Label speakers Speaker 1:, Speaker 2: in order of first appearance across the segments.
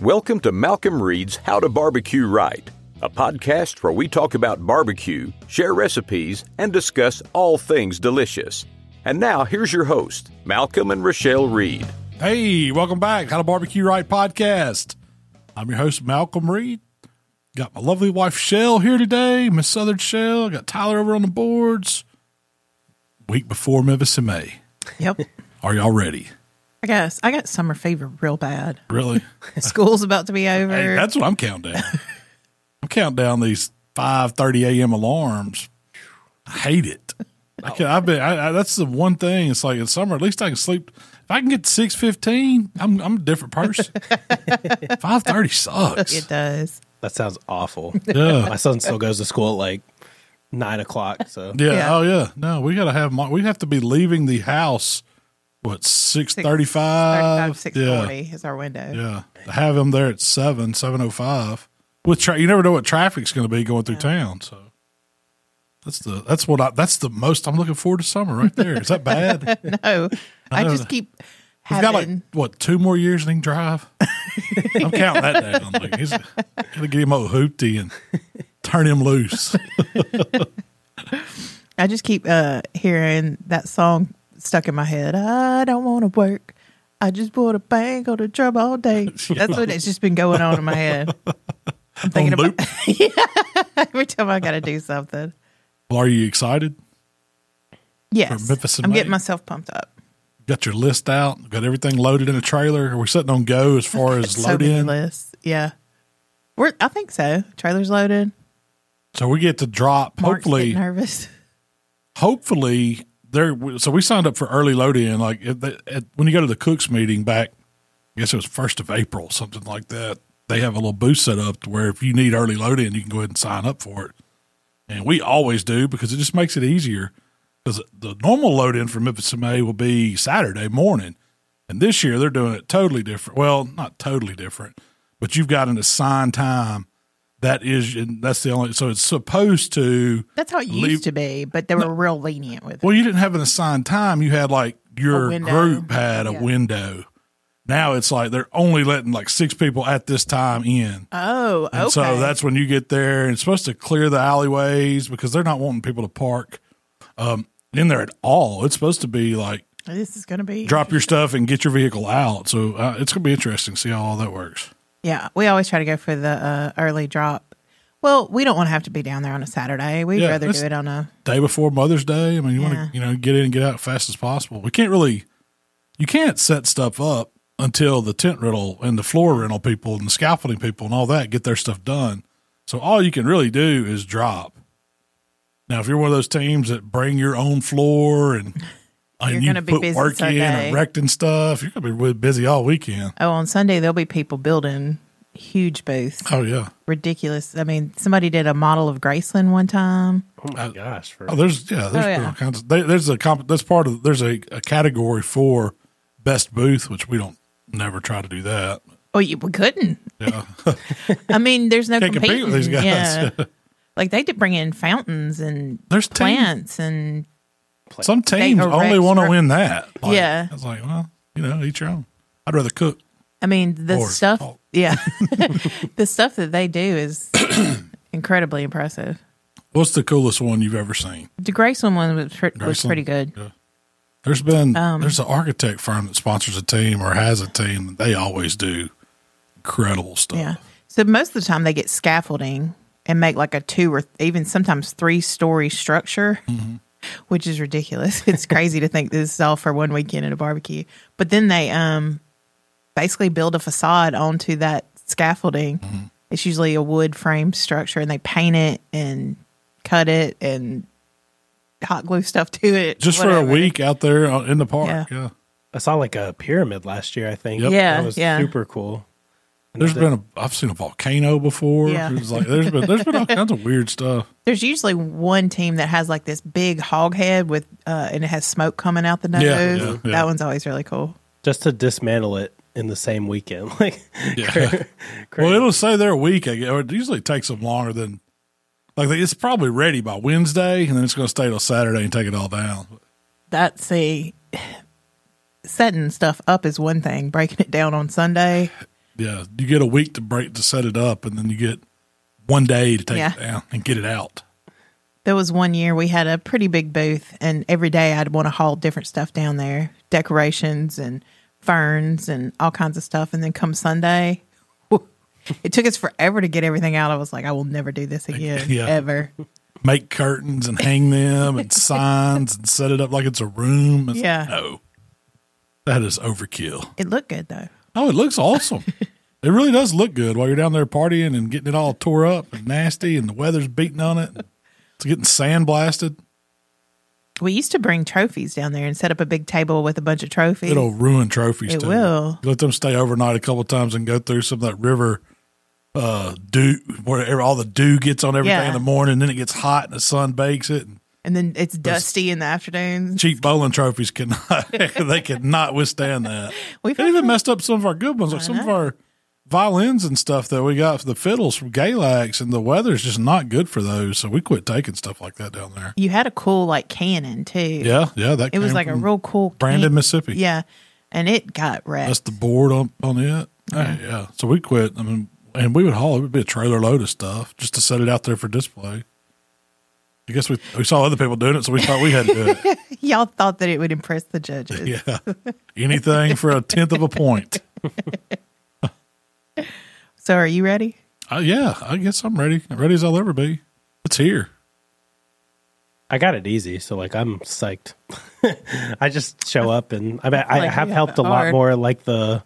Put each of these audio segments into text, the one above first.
Speaker 1: Welcome to Malcolm Reed's How to Barbecue Right, a podcast where we talk about barbecue, share recipes, and discuss all things delicious. And now here's your host, Malcolm and Rochelle Reed.
Speaker 2: Hey, welcome back. How to Barbecue Right podcast. I'm your host, Malcolm Reed. Got my lovely wife, Shell, here today. Miss Southern Shell. Got Tyler over on the boards. Week before Memphis in May.
Speaker 3: Yep.
Speaker 2: Are y'all ready?
Speaker 3: I guess I got summer fever real bad.
Speaker 2: Really?
Speaker 3: School's about to be over.
Speaker 2: hey, that's what I'm counting down. I'm counting down these 5.30 a.m. alarms. I hate it. I can, I've been, I, I, that's the one thing. It's like in summer, at least I can sleep. If I can get to 6.15, I'm, I'm a different person. 5.30 sucks.
Speaker 3: it does.
Speaker 4: That sounds awful.
Speaker 2: Yeah.
Speaker 4: My son still goes to school at like nine o'clock. So
Speaker 2: Yeah.
Speaker 3: Yeah.
Speaker 2: Oh yeah. No, we gotta have. mo- We have to be leaving the house. What six thirty-five?
Speaker 3: 35, 640 is our window.
Speaker 2: Uh, Yeah. To have him there at seven, seven o five. With tra- you never know what traffic's going to be going through town. So that's the that's what I that's the most I'm looking forward to summer right there. Is that bad? We've
Speaker 3: No, I,
Speaker 2: know
Speaker 3: just
Speaker 2: that.
Speaker 3: keep having.
Speaker 2: got like what two more years and he can drive. I'm counting that down. Like, he's gonna get him old hoopty and turn him loose.
Speaker 3: I just keep uh, hearing that song stuck in my head. I don't want to work. I just want to bang on the drum all day. That's what it's just been going on in my head. I'm thinking
Speaker 2: On
Speaker 3: about
Speaker 2: loop.
Speaker 3: every time I got to do something.
Speaker 2: Well, are you excited?
Speaker 3: Yes,
Speaker 2: Memphis in
Speaker 3: I'm
Speaker 2: May.
Speaker 3: getting myself pumped up.
Speaker 2: got your list out, got everything loaded in a trailer. Are we sitting on go as far as
Speaker 3: So
Speaker 2: load
Speaker 3: many
Speaker 2: in?
Speaker 3: lists. Yeah, we're. I think so. Trailer's loaded.
Speaker 2: So we get to drop
Speaker 3: Mark's
Speaker 2: hopefully
Speaker 3: getting nervous.
Speaker 2: hopefully there so we signed up for early load in like at, the- at, when you go to the cooks meeting back I guess it was 1st of April something like that. They have a little booth set up to where if you need early load in you can go ahead and sign up for it. And we always do because it just makes it easier cuz the normal load in for Memphis in May will be Saturday morning. And this year they're doing it totally different. Well, not totally different, but you've got an assigned time that is and that's the only so it's supposed to
Speaker 3: That's how it used
Speaker 2: Leave-
Speaker 3: to be, but they were real lenient with it.
Speaker 2: Well, you didn't have an assigned time. You had like your
Speaker 3: window.
Speaker 2: group had a
Speaker 3: Yeah.
Speaker 2: window. Now it's like they're only letting like six people at this time in.
Speaker 3: Oh,
Speaker 2: And
Speaker 3: okay.
Speaker 2: so that's when you get there and it's supposed to clear the alleyways because they're not wanting people to park um, in there at all. It's supposed to be like
Speaker 3: this is going to be.
Speaker 2: drop your stuff and get your vehicle out. So uh, it's going to be interesting to see how all that works.
Speaker 3: Yeah, we always try to go for the uh, early drop. Well, we don't want to have to be down there on a Saturday. We'd
Speaker 2: Yeah,
Speaker 3: rather
Speaker 2: that's-
Speaker 3: do it on a.
Speaker 2: Day before Mother's Day. I mean, you
Speaker 3: Yeah.
Speaker 2: want to, you know, get in and get out as fast as possible. We can't really, you can't set stuff up until the tent rental and the floor rental people and the scaffolding people and all that get their stuff done. So all you can really do is drop. Now, if you're one of those teams that bring your own floor and
Speaker 3: You're
Speaker 2: and you
Speaker 3: gonna be
Speaker 2: put
Speaker 3: busy
Speaker 2: work in
Speaker 3: Sunday.
Speaker 2: and erecting stuff, you're gonna be really busy all weekend.
Speaker 3: Oh, on Sunday there'll be people building huge booths.
Speaker 2: Oh yeah.
Speaker 3: Ridiculous. I mean, somebody did a model of Graceland one time.
Speaker 4: oh my gosh, for
Speaker 2: Oh, there's yeah, there's
Speaker 3: Oh, yeah.
Speaker 2: been all kinds. Of, there, there's a comp, that's part of there's a, a category for best booth, which we don't never try to do that.
Speaker 3: Oh, you, we couldn't. I mean, there's no
Speaker 2: Can't compete
Speaker 3: competing.
Speaker 2: with these guys.
Speaker 3: Yeah. like they did bring in fountains and
Speaker 2: There's teams-
Speaker 3: plants and
Speaker 2: Some teams
Speaker 3: erect
Speaker 2: only want to
Speaker 3: stru-
Speaker 2: win that. Like,
Speaker 3: Yeah.
Speaker 2: I was like, well, you know, eat your own. I'd rather cook.
Speaker 3: I mean, the
Speaker 2: Or
Speaker 3: stuff.
Speaker 2: salt.
Speaker 3: Yeah, the stuff that they do is incredibly impressive.
Speaker 2: What's the coolest one you've ever seen?
Speaker 3: The Graceland one was, pre- was
Speaker 2: Graceland?
Speaker 3: pretty good.
Speaker 2: Yeah. There's been
Speaker 3: Um,
Speaker 2: there's an architect firm that sponsors a team or has a team. They always do incredible stuff.
Speaker 3: Yeah. So most of the time they get scaffolding and make like a two or even sometimes three story structure,
Speaker 2: Mm-hmm.
Speaker 3: which is ridiculous. It's crazy to think this is all for one weekend at a barbecue. But then they um basically build a facade onto that scaffolding.
Speaker 2: Mm-hmm.
Speaker 3: It's usually a wood frame structure and they paint it and cut it and hot glue stuff to it.
Speaker 2: Just for
Speaker 3: whatever.
Speaker 2: a week out there uh, in the park.
Speaker 3: Yeah.
Speaker 2: yeah.
Speaker 4: I saw like a pyramid last year. I think
Speaker 2: Yep.
Speaker 3: Yeah,
Speaker 4: that was
Speaker 3: yeah.
Speaker 4: super cool. And
Speaker 2: There's
Speaker 4: the-
Speaker 2: been a I've seen a volcano before.
Speaker 3: Yeah.
Speaker 2: It was like there's been there's been all kinds of weird stuff.
Speaker 3: There's usually one team that has like this big hog head with, uh, and it has smoke coming out the nose.
Speaker 2: Yeah, yeah, yeah.
Speaker 3: That one's always really cool.
Speaker 4: just to dismantle it in the same weekend. Like
Speaker 2: Yeah. well,
Speaker 4: crazy.
Speaker 2: it'll say they're a week. I guess. Or It usually takes them longer than like it's probably ready by Wednesday, and then it's going to stay till Saturday and take it all down.
Speaker 3: That's the setting stuff up is one thing. Breaking it down on Sunday
Speaker 2: Yeah, you get a week to break to set it up, and then you get one day to take
Speaker 3: Yeah.
Speaker 2: it down and get it out.
Speaker 3: There was one year we had a pretty big booth, and every day I'd want to haul different stuff down there decorations and ferns and all kinds of stuff. And then come Sunday, whew, it took us forever to get everything out. I was like, I will never do this again,
Speaker 2: Yeah.
Speaker 3: ever.
Speaker 2: Make curtains and hang them and signs and set it up like it's a room. It's-
Speaker 3: Yeah.
Speaker 2: No, that is overkill.
Speaker 3: It looked good though.
Speaker 2: Oh, it looks awesome. it really does look good while you're down there partying and getting it all tore up and nasty and the weather's beating on it. It's getting sandblasted.
Speaker 3: We used to bring trophies down there and set up a big table with a bunch of trophies.
Speaker 2: It'll ruin trophies
Speaker 3: It
Speaker 2: too.
Speaker 3: will.
Speaker 2: You let them stay overnight a couple times and go through some of that river uh dew where all the dew gets on everything in
Speaker 3: Yeah.
Speaker 2: the morning, then it gets hot and the sun bakes it.
Speaker 3: and then it's dusty in the afternoon.
Speaker 2: Cheap bowling trophies cannot they cannot withstand that.
Speaker 3: We've
Speaker 2: It even messed up some of our good ones, like some of our violins and stuff that we got for the fiddles from Galax, and the weather's just not good for those. So we quit taking stuff like that down there.
Speaker 3: you had a cool like cannon too.
Speaker 2: Yeah, yeah, that
Speaker 3: It was
Speaker 2: came
Speaker 3: like a
Speaker 2: from
Speaker 3: real cool
Speaker 2: Brandon,
Speaker 3: can-
Speaker 2: Mississippi.
Speaker 3: Yeah. And it got wrecked.
Speaker 2: That's the board on on it. Yeah. yeah, so we quit. I mean, and we would haul it would be a trailer load of stuff just to set it out there for display. I guess we we saw other people doing it, so we thought we had to do it.
Speaker 3: Y'all thought that it would impress the judges.
Speaker 2: Yeah, anything for a tenth of a point.
Speaker 3: So are you ready?
Speaker 2: Uh, yeah, I guess I'm ready, ready as I'll ever be. It's here.
Speaker 4: I got it easy, so like I'm psyched. I just show up and I, mean, I
Speaker 3: Like,
Speaker 4: have
Speaker 3: yeah,
Speaker 4: helped a
Speaker 3: hard.
Speaker 4: lot more, like the,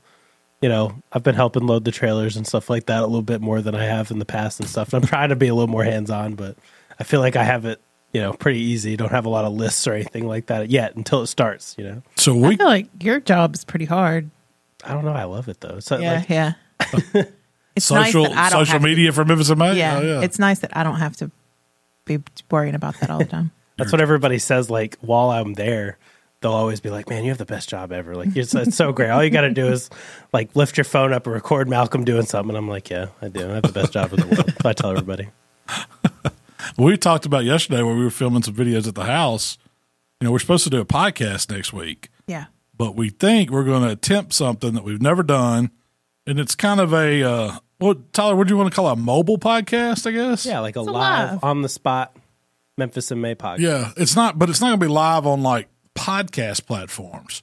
Speaker 4: you know, I've been helping load the trailers and stuff like that a little bit more than I have in the past and stuff. And I'm trying to be a little more hands on, but I feel like I have it, you know, pretty easy. Don't have a lot of lists or anything like that yet until it starts. You know,
Speaker 2: So
Speaker 3: I
Speaker 2: we
Speaker 3: feel like your job is pretty hard.
Speaker 4: I don't know. I love it though. So
Speaker 3: Yeah,
Speaker 4: like,
Speaker 3: yeah. it's
Speaker 2: social
Speaker 3: nice that I don't
Speaker 2: social
Speaker 3: have
Speaker 2: media from Memphis and May.
Speaker 3: To, yeah,
Speaker 2: Oh, yeah.
Speaker 3: it's nice that I don't have to be worrying about that all the time.
Speaker 4: That's what everybody says. Like while I'm there, they'll always be like, "Man, you have the best job ever! Like it's, it's so great. All you got to do is like lift your phone up and record Malcolm doing something." And I'm like, "Yeah, I do. I have the best job in the world." So I tell everybody.
Speaker 2: we talked about yesterday when we were filming some videos at the house. You know, we're supposed to do a podcast next week,
Speaker 3: yeah.
Speaker 2: but we think we're going to attempt something that we've never done, and it's kind of a uh, what Tyler? What do you want to call it? a mobile podcast? I guess.
Speaker 4: Yeah, like a
Speaker 3: It's a
Speaker 4: live,
Speaker 3: live.
Speaker 4: on the spot Memphis and May podcast.
Speaker 2: Yeah, it's not, but it's not going to be live on like podcast platforms.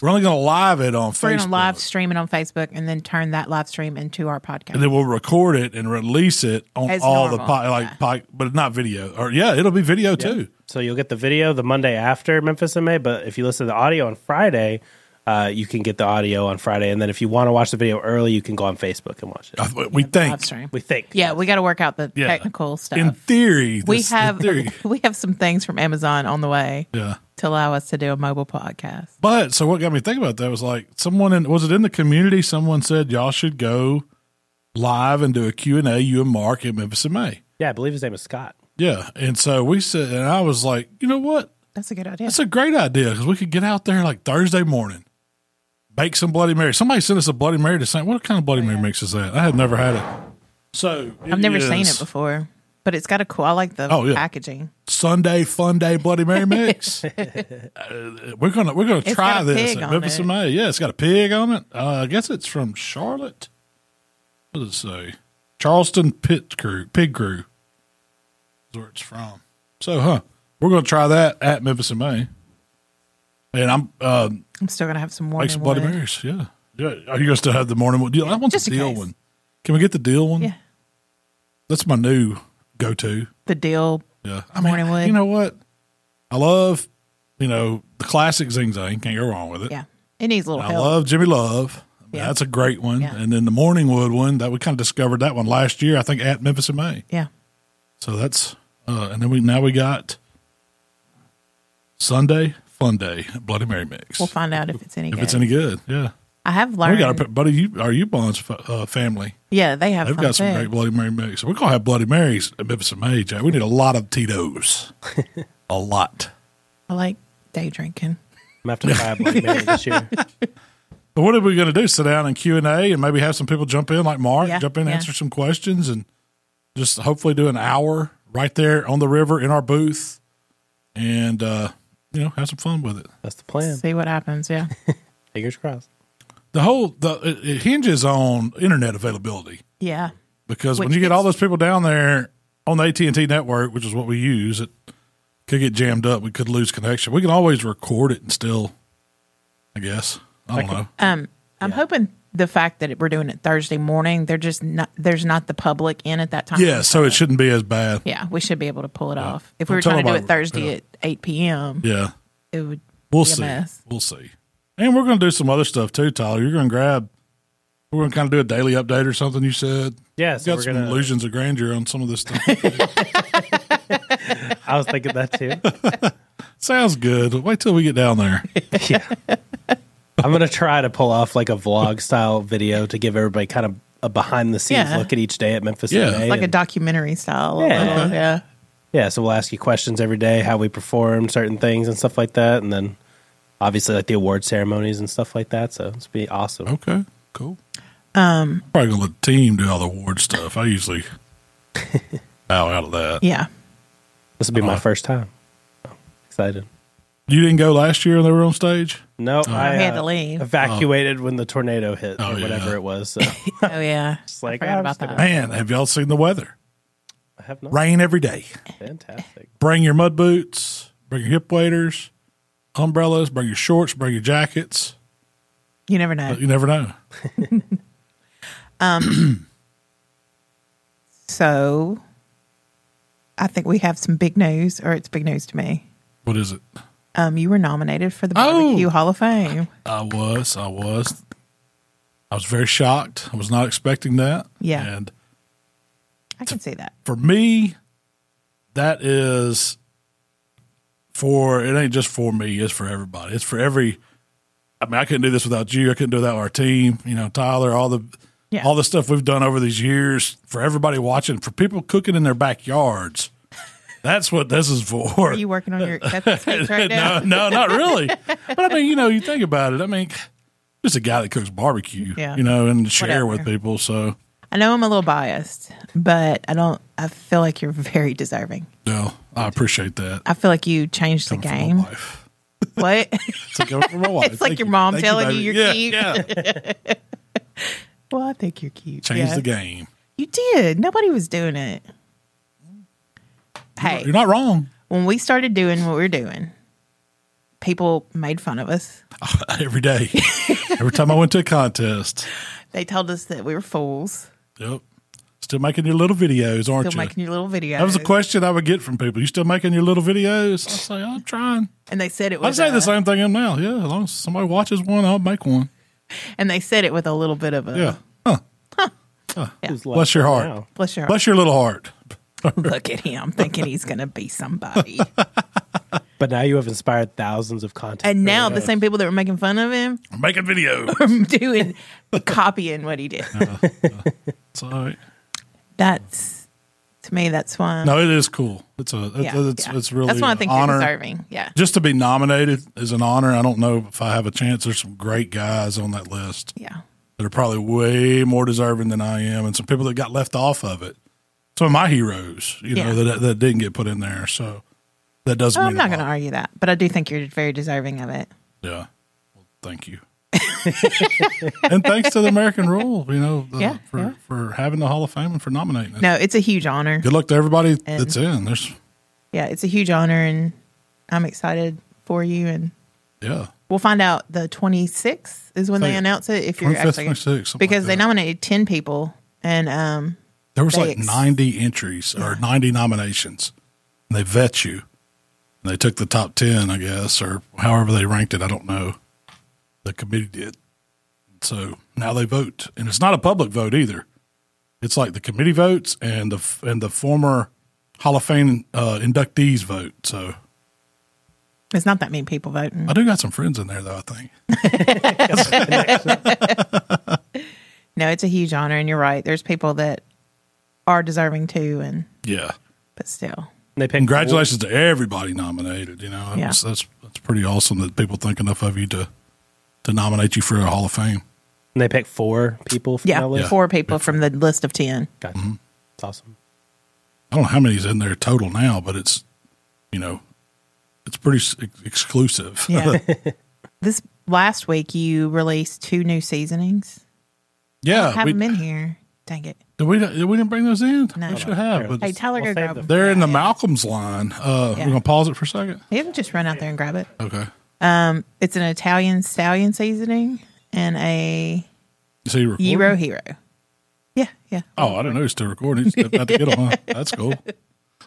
Speaker 2: We're only going to live it on
Speaker 3: We're
Speaker 2: Facebook,
Speaker 3: gonna live stream it on Facebook and then turn that live stream into our podcast.
Speaker 2: and then we'll record it and release it on
Speaker 3: As
Speaker 2: all the
Speaker 3: normal,
Speaker 2: po- like,
Speaker 3: yeah.
Speaker 2: po- but not video. Or yeah, it'll be video too.
Speaker 4: So you'll get the video the Monday after Memphis and May, but if you listen to the audio on Friday, uh, you can get the audio on Friday, and then if you want to watch the video early, you can go on Facebook and watch it.
Speaker 2: I th- we think
Speaker 3: live stream.
Speaker 4: We think.
Speaker 3: yeah, we got to work out the
Speaker 2: Yeah.
Speaker 3: technical stuff.
Speaker 2: in theory,
Speaker 3: we
Speaker 2: this- in
Speaker 3: have
Speaker 2: theory.
Speaker 3: we have some things from Amazon on the way
Speaker 2: Yeah.
Speaker 3: to allow us to do a mobile podcast.
Speaker 2: But so what got me thinking about that was like someone in was it in the community? Someone said y'all should go live and do a Q and A. You and Mark at Memphis in May.
Speaker 4: yeah, I believe his name is Scott.
Speaker 2: Yeah, and so we said, and I was like, you know what?
Speaker 3: That's a good idea.
Speaker 2: That's a great idea because we could get out there like Thursday morning, bake some Bloody Mary. Somebody sent us a Bloody Mary to say, what kind of Bloody Mary mix is that? I had never had it. So
Speaker 3: I've never seen it
Speaker 2: is
Speaker 3: before, but it's got a cool. I like the
Speaker 2: Oh, yeah.
Speaker 3: packaging.
Speaker 2: Sunday Fun Day Bloody Mary mix. Uh, we're gonna we're gonna
Speaker 3: It's
Speaker 2: try
Speaker 3: got a
Speaker 2: this
Speaker 3: pig
Speaker 2: at
Speaker 3: on
Speaker 2: Memphis
Speaker 3: it.
Speaker 2: in May. Yeah, it's got a pig on it. Uh, I guess it's from Charlotte. What does it say? Charleston Pit Crew Pig Crew is where it's from. So, huh? We're gonna try that at Memphis in May. And I'm uh,
Speaker 3: I'm still gonna have some more.
Speaker 2: make some Bloody Marys. Yeah, yeah. Are you gonna still have the morning one? Deal. I want
Speaker 3: Just
Speaker 2: the
Speaker 3: in
Speaker 2: deal
Speaker 3: case.
Speaker 2: one. Can we get the deal one?
Speaker 3: Yeah,
Speaker 2: That's my new go-to.
Speaker 3: the deal.
Speaker 2: Yeah. I mean,
Speaker 3: Morning wood.
Speaker 2: you know what? I love, you know, the classic Zing Zang. Can't go wrong with it.
Speaker 3: Yeah, it needs a little
Speaker 2: I
Speaker 3: help.
Speaker 2: love Jimmy Love. I mean,
Speaker 3: Yeah.
Speaker 2: That's a great one.
Speaker 3: Yeah.
Speaker 2: And then the Morning Wood one that we kind of discovered that one last year, I think at Memphis in May.
Speaker 3: yeah,
Speaker 2: So that's, uh, and then we, now we got Sunday Fun Day Bloody Mary mix.
Speaker 3: we'll find out if it's any.
Speaker 2: if
Speaker 3: good.
Speaker 2: it's any good. Yeah.
Speaker 3: I have
Speaker 2: We
Speaker 3: learned.
Speaker 2: got our buddy, you, our Ubon's uh, family.
Speaker 3: yeah, they have.
Speaker 2: They've
Speaker 3: fun
Speaker 2: got some
Speaker 3: too.
Speaker 2: great Bloody Mary mix. We're going to have Bloody Marys at Memphis in May, Jack. We need a lot of Tito's. a lot.
Speaker 3: I like day drinking.
Speaker 4: I'm gonna have to try a Bloody Mary this year.
Speaker 2: But what are we going to do? Sit down and Q and A, and maybe have some people jump in, like Mark,
Speaker 3: Yeah,
Speaker 2: jump in,
Speaker 3: yeah.
Speaker 2: answer some questions, and just hopefully do an hour right there on the river in our booth, and uh, you know have some fun with it.
Speaker 4: That's the plan.
Speaker 3: See what happens. Yeah,
Speaker 4: Fingers crossed.
Speaker 2: the whole the it- it hinges on internet availability
Speaker 3: Yeah.
Speaker 2: because when
Speaker 3: Which
Speaker 2: you get
Speaker 3: gets-
Speaker 2: all those people down there on the AT and T network, which is what we use, it could get jammed up. We could lose connection. We can always record it and still, I guess. I don't know.
Speaker 3: Um, I'm hoping the fact that we're doing it Thursday morning, they're just not there's not the public in at that time.
Speaker 2: Yeah, so it shouldn't be as bad.
Speaker 3: Yeah, we should be able to pull it off. If we
Speaker 2: I'm
Speaker 3: were trying to do
Speaker 2: telling
Speaker 3: it
Speaker 2: my-
Speaker 3: Thursday
Speaker 2: yeah.
Speaker 3: at 8 p.m.,
Speaker 2: Yeah.
Speaker 3: it would
Speaker 2: We'll
Speaker 3: be a
Speaker 2: see.
Speaker 3: mess.
Speaker 2: We'll see. And we're going to do some other stuff too, Tyler. You're going to grab. We're going to kind of do a daily update or something. You said.
Speaker 4: Yeah,
Speaker 2: You
Speaker 4: so
Speaker 2: got
Speaker 4: we're
Speaker 2: some
Speaker 4: gonna-
Speaker 2: illusions of grandeur on some of this stuff.
Speaker 4: I was thinking that too.
Speaker 2: Sounds good. Wait till we get down there.
Speaker 4: Yeah. I'm going to try to pull off like a vlog style video to give everybody kind of a behind the scenes
Speaker 3: Yeah.
Speaker 4: look at each day at Memphis.
Speaker 2: Yeah. Uh-huh.
Speaker 4: Today.
Speaker 2: It's
Speaker 3: Like a
Speaker 4: And-
Speaker 3: documentary style. a
Speaker 4: Yeah.
Speaker 3: little, yeah.
Speaker 4: yeah. So we'll ask you questions every day, how we perform certain things and stuff like that. And then obviously like the award ceremonies and stuff like that. So it's be awesome.
Speaker 2: Okay. Cool. Um. Probably going to let the team do all the award stuff. I usually bow out of that.
Speaker 3: Yeah.
Speaker 4: This will be my
Speaker 2: Uh-huh.
Speaker 4: first time. Oh, excited.
Speaker 2: You didn't go last year when they were on stage.
Speaker 4: No, I
Speaker 3: We had
Speaker 4: uh,
Speaker 3: to leave.
Speaker 4: Evacuated when the tornado hit
Speaker 2: Uh-huh. Oh,
Speaker 4: or
Speaker 2: yeah.
Speaker 4: whatever it was. So
Speaker 3: Oh, yeah.
Speaker 4: Just like,
Speaker 3: I forgot
Speaker 4: oh,
Speaker 3: about
Speaker 4: just
Speaker 3: that.
Speaker 2: Man, have y'all seen the weather?
Speaker 4: I have not.
Speaker 2: Rain every day.
Speaker 4: Fantastic.
Speaker 2: Bring your mud boots. Bring your hip waders, umbrellas. Bring your shorts. Bring your jackets.
Speaker 3: You never know.
Speaker 2: But you never know.
Speaker 3: So I think we have some big news, or it's big news to me.
Speaker 2: What is it?
Speaker 3: Um, you were nominated for the
Speaker 2: Oh.
Speaker 3: Barbecue Hall of Fame.
Speaker 2: I was. I was. I was very shocked. I was not expecting that.
Speaker 3: Yeah.
Speaker 2: And
Speaker 3: I can see that.
Speaker 2: for me, that is for it ain't just for me, it's for everybody. It's for every I mean, I couldn't do this without you. I couldn't do it without our team, you know, Tyler, all the
Speaker 3: Yeah.
Speaker 2: all the stuff we've done over these years for everybody watching, for people cooking in their backyards. That's what this is for.
Speaker 3: Are you working on your acceptance speech right now?
Speaker 2: no, no, not really. But I mean, you know, you think about it. I mean, just a guy that cooks barbecue,
Speaker 3: Yeah.
Speaker 2: you know, and share
Speaker 3: Whatever.
Speaker 2: with people. So,
Speaker 3: I know I'm a little biased, but I don't. I feel like you're very deserving.
Speaker 2: no, I appreciate that.
Speaker 3: I feel like you changed the
Speaker 2: From my
Speaker 3: game.
Speaker 2: wife.
Speaker 3: What?
Speaker 2: It's like, oh, for my wife.
Speaker 3: It's like
Speaker 2: Thank
Speaker 3: your mom
Speaker 2: Thank
Speaker 3: telling you
Speaker 2: baby.
Speaker 3: you're
Speaker 2: yeah,
Speaker 3: cute.
Speaker 2: Yeah.
Speaker 3: well, I think you're cute.
Speaker 2: Change
Speaker 3: Yeah.
Speaker 2: the game.
Speaker 3: You did. Nobody was doing it. Hey,
Speaker 2: You're not wrong.
Speaker 3: when we started doing what we were doing, people made fun of us.
Speaker 2: Every day. Every time I went to a contest.
Speaker 3: They told us that we were fools.
Speaker 2: Yep. Still making your little videos, aren't
Speaker 3: Still
Speaker 2: you?
Speaker 3: making your little videos.
Speaker 2: that was a question I would get from people. You still making your little videos? I say, I'm trying.
Speaker 3: And they said it
Speaker 2: I
Speaker 3: was.
Speaker 2: say
Speaker 3: uh,
Speaker 2: the same thing I'm now. Yeah, as long as somebody watches one, I'll make one.
Speaker 3: And they said it with a little bit of a.
Speaker 2: Yeah.
Speaker 4: Who's left
Speaker 2: Bless your heart.
Speaker 4: now?
Speaker 3: Bless your heart.
Speaker 2: Bless your little heart.
Speaker 3: Look at him thinking he's going to be somebody.
Speaker 4: But now you have inspired thousands of content.
Speaker 3: and now the
Speaker 4: creators.
Speaker 3: same people that were making fun of him
Speaker 2: I'm making videos.
Speaker 3: are doing, copying what he did.
Speaker 2: It's all right.
Speaker 3: That's, to me, that's why.
Speaker 2: No, it is cool. It's a it-
Speaker 3: yeah,
Speaker 2: it's
Speaker 3: yeah.
Speaker 2: it's really
Speaker 3: That's why I
Speaker 2: an
Speaker 3: think
Speaker 2: honor.
Speaker 3: you're deserving. Yeah.
Speaker 2: just to be nominated is an honor. I don't know if I have a chance. There's some great guys on that list
Speaker 3: Yeah.
Speaker 2: that are probably way more deserving than I am, and some people that got left off of it. Some of my heroes, you know,
Speaker 3: Yeah.
Speaker 2: that that didn't get put in there. So that does.
Speaker 3: Oh,
Speaker 2: mean
Speaker 3: I'm not
Speaker 2: a
Speaker 3: going to
Speaker 2: lot.
Speaker 3: argue that, but I do think you're very deserving of it.
Speaker 2: Yeah. Well, thank you. and thanks to the American Rule, you know, the,
Speaker 3: Yeah,
Speaker 2: for
Speaker 3: yeah.
Speaker 2: for having the Hall of Fame and for nominating us.
Speaker 3: No, it's a huge honor.
Speaker 2: Good luck to everybody that's in. There's
Speaker 3: Yeah, it's a huge honor, and I'm excited for you. And
Speaker 2: yeah.
Speaker 3: we'll find out the 26th is when
Speaker 2: So,
Speaker 3: they
Speaker 2: yeah,
Speaker 3: announce it. If you're
Speaker 2: 25th,
Speaker 3: actually
Speaker 2: 26th, something
Speaker 3: because
Speaker 2: like
Speaker 3: they
Speaker 2: that.
Speaker 3: nominated 10 people, and um,
Speaker 2: There was
Speaker 3: They
Speaker 2: like
Speaker 3: ex-
Speaker 2: 90 entries or 90 nominations. And they vet you. And they took the top 10, I guess, or however they ranked it. I don't know. The committee did. So now they vote. And it's not a public vote either. It's like the committee votes and the f- and the former Hall of Fame uh, inductees vote. So
Speaker 3: it's not that many people voting.
Speaker 2: I do got some friends in there, though, I think.
Speaker 3: No, it's a huge honor, and you're right. There's people that are deserving too, and
Speaker 2: Yeah.
Speaker 3: but still,
Speaker 4: They picked
Speaker 2: Congratulations to everybody nominated. You know,
Speaker 3: Yeah.
Speaker 2: that's, that's, that's pretty awesome that people think enough of you to, to nominate you for a Hall of Fame.
Speaker 4: And they picked four people from
Speaker 3: yeah,
Speaker 4: that list.
Speaker 3: four people from the list of 10.
Speaker 4: Gotcha.
Speaker 2: Mm-hmm.
Speaker 4: That's awesome.
Speaker 2: I don't know how many's in there total now, but it's you know, it's pretty s- ex- exclusive.
Speaker 3: Yeah. this last week you released two new seasonings. I
Speaker 2: Yeah,
Speaker 3: have
Speaker 2: Uh, we
Speaker 3: them in here. Dang it.
Speaker 2: did we did we didn't bring those in.
Speaker 3: No.
Speaker 2: We should have. But
Speaker 3: Hey, Tyler,
Speaker 4: We'll
Speaker 3: go
Speaker 4: save
Speaker 3: grab
Speaker 4: them.
Speaker 3: them.
Speaker 2: they're in the Malcolm's line. Uh,
Speaker 3: Yeah.
Speaker 2: We're gonna pause it for a second.
Speaker 3: You can just run out there and grab it.
Speaker 2: Okay.
Speaker 3: Um, it's an Italian stallion seasoning and a
Speaker 2: So you recording?
Speaker 3: gyro hero. Yeah, yeah.
Speaker 2: Oh, I didn't know he was still recording. He just got to get on. huh? That's cool.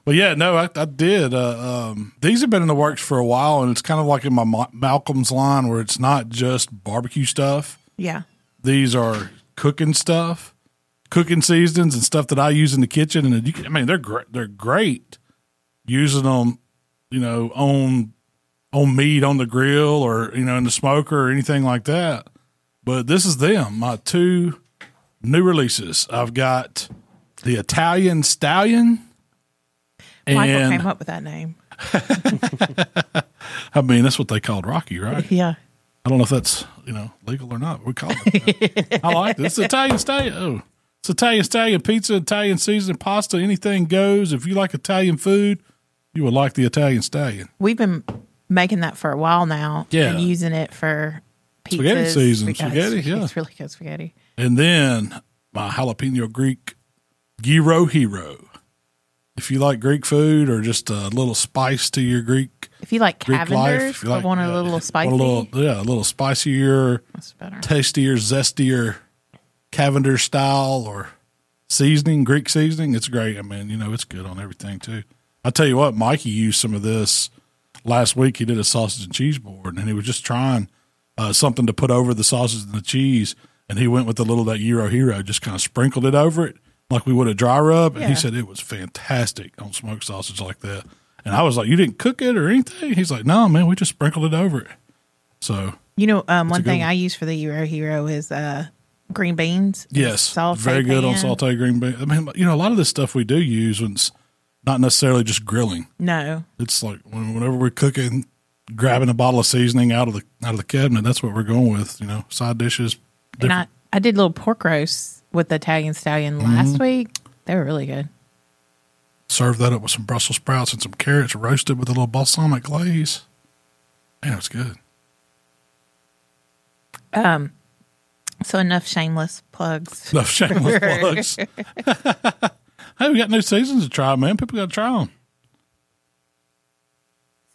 Speaker 2: But yeah, no, I, I did. Uh, um, these have been in the works for a while, and it's kind of like in my Ma- Malcolm's line where it's not just barbecue stuff.
Speaker 3: Yeah.
Speaker 2: These are cooking stuff, cooking seasonings, and stuff that I use in the kitchen. And you can, I mean, they're gr- they're great using them, you know, on on meat on the grill or you know in the smoker or anything like that. But this is them, my two new releases. I've got the Italian Stallion.
Speaker 3: Michael
Speaker 2: And
Speaker 3: came up with that name.
Speaker 2: I mean, that's what they called Rocky, right?
Speaker 3: Yeah.
Speaker 2: I don't know if that's you know legal or not. We call it. that. I like this. It's Italian stallion. Oh, it's Italian stallion pizza, Italian seasoning pasta. Anything goes. If you like Italian food, you will like the Italian stallion.
Speaker 3: We've been making that for a while now.
Speaker 2: Yeah.
Speaker 3: And using it for pizzas.
Speaker 2: Spaghetti season,
Speaker 3: We- oh, it's-
Speaker 2: spaghetti, yeah.
Speaker 3: It's really good spaghetti.
Speaker 2: And then my jalapeno Greek gyro hero. If you like Greek food or just a little spice to your Greek
Speaker 3: If you like
Speaker 2: Greek life,
Speaker 3: Cavenders,
Speaker 2: if you
Speaker 3: I
Speaker 2: like
Speaker 3: want a
Speaker 2: yeah,
Speaker 3: little
Speaker 2: want
Speaker 3: spicy.
Speaker 2: a little, yeah, a little spicier.
Speaker 3: that's better.
Speaker 2: tastier, zestier Cavender style or seasoning, Greek seasoning. It's great. I mean, you know, it's good on everything too. I tell you what, Mikey used some of this last week. He did a sausage and cheese board, and he was just trying uh, something to put over the sausage and the cheese. And he went with a little of that Euro Hero, just kind of sprinkled it over it like we would a dry rub. And he
Speaker 3: Yeah.
Speaker 2: said it was fantastic on smoked sausage like that. And I was like, "You didn't cook it or anything?" He's like, "No, man, we just sprinkled it over it." So
Speaker 3: You know, um, one
Speaker 2: good
Speaker 3: thing
Speaker 2: one.
Speaker 3: I use for the Euro Hero is uh, green beans.
Speaker 2: Yes,
Speaker 3: Saute
Speaker 2: very good on
Speaker 3: pan.
Speaker 2: saute green beans. I mean, you know, a lot of this stuff we do use when it's not necessarily just grilling.
Speaker 3: No.
Speaker 2: It's like when, whenever we're cooking, grabbing a bottle of seasoning out of the out of the cabinet. That's what we're going with. You know, side dishes.
Speaker 3: And
Speaker 2: different- Mm-hmm.
Speaker 3: I, I did little pork roasts with the Italian Stallion last week. They were really good.
Speaker 2: serve that up with some Brussels sprouts and some carrots roasted with a little balsamic glaze. Man, it's good.
Speaker 3: So enough shameless plugs.
Speaker 2: Enough shameless plugs. hey, we got new seasons to try, man. People got to try them.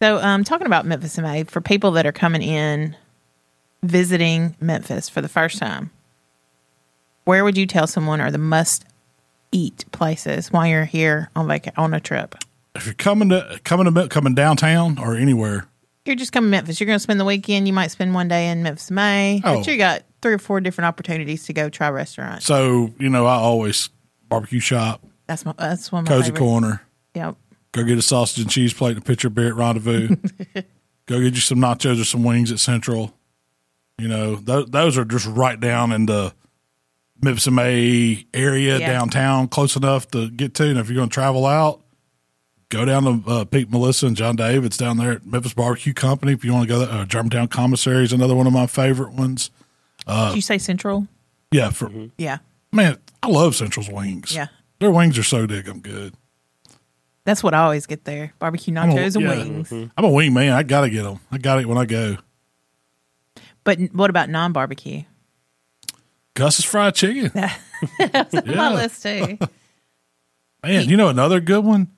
Speaker 3: So, um, talking about Memphis in May, for people that are coming in visiting Memphis for the first time, where would you tell someone are the must eat places while you're here on vac- on a trip?
Speaker 2: If you're coming to coming to coming downtown or anywhere,
Speaker 3: You're just coming to Memphis. You're going to spend the weekend. You might spend one day in Memphis in May,
Speaker 2: Oh.
Speaker 3: but you got three or four different opportunities to go try restaurants.
Speaker 2: So you know, I always barbecue shop,
Speaker 3: That's my that's one of my
Speaker 2: cozy
Speaker 3: favorite.
Speaker 2: corner.
Speaker 3: Yep.
Speaker 2: Go get a sausage and cheese plate and a pitcher of beer at Rendezvous. go get you some nachos or some wings at Central. You know, those, those are just right down in the Memphis and May area
Speaker 3: Yeah.
Speaker 2: downtown, close enough to get to. And if you're going to travel out, go down to uh, Pete Melissa and John David's down there at Memphis Barbecue Company. If you want to go there, uh, Germantown Commissary is another one of my favorite ones. Uh,
Speaker 3: Did you say Central?
Speaker 2: Yeah, for
Speaker 3: Yeah.
Speaker 2: man, I love Central's wings.
Speaker 3: Yeah.
Speaker 2: Their wings are so dig. I'm good.
Speaker 3: That's what I always get there: barbecue
Speaker 2: I'm a-
Speaker 3: nachos and
Speaker 2: yeah.
Speaker 3: wings.
Speaker 2: I'm a wing man. I gotta get them. I got it when I go.
Speaker 3: But n- what about non-barbecue?
Speaker 2: Gus's fried chicken.
Speaker 3: My
Speaker 2: yeah,
Speaker 3: list too.
Speaker 2: man. You know another good one?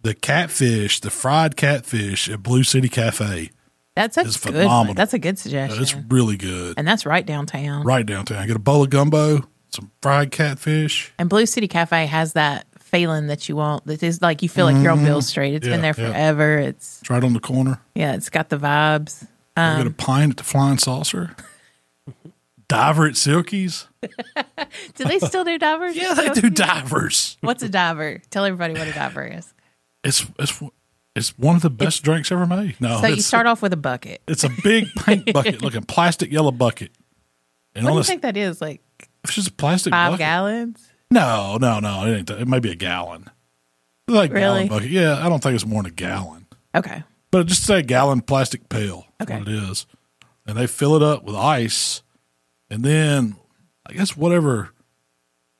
Speaker 2: The catfish, the fried catfish at Blue City Cafe.
Speaker 3: That's a
Speaker 2: It's
Speaker 3: good.
Speaker 2: phenomenal.
Speaker 3: One. That's a good
Speaker 2: Uh,
Speaker 3: suggestion.
Speaker 2: It's really good.
Speaker 3: and that's right downtown.
Speaker 2: Right downtown. I get a bowl of gumbo, some fried catfish.
Speaker 3: And Blue City Cafe has that feeling that you want. That is like you feel like you're on Bill Street. It's
Speaker 2: Mm-hmm. Yeah,
Speaker 3: been there
Speaker 2: yeah.
Speaker 3: forever. It's
Speaker 2: It's right on the corner.
Speaker 3: yeah. It's got the vibes.
Speaker 2: I
Speaker 3: Um,
Speaker 2: get a pint at the Flying Saucer. Diver at Silky's.
Speaker 3: Do they still do divers?
Speaker 2: Yeah, they do divers.
Speaker 3: What's a diver? Tell everybody what a diver is.
Speaker 2: It's it's it's one of the best drinks ever made. No,
Speaker 3: So
Speaker 2: Oh,
Speaker 3: you
Speaker 2: it's-
Speaker 3: start off with a bucket.
Speaker 2: It's a big paint bucket, looking plastic yellow bucket. And
Speaker 3: What do
Speaker 2: on
Speaker 3: you
Speaker 2: this,
Speaker 3: think that is? Like
Speaker 2: it's just a plastic
Speaker 3: five
Speaker 2: bucket.
Speaker 3: gallons?
Speaker 2: No, no, no. It ain't. That. It may be a gallon. It's Like
Speaker 3: Really?
Speaker 2: gallon bucket. Yeah, I don't think it's more than a gallon,
Speaker 3: Okay.
Speaker 2: but just say a gallon plastic pail.
Speaker 3: Okay.
Speaker 2: What it is, and they fill it up with ice, and then I guess whatever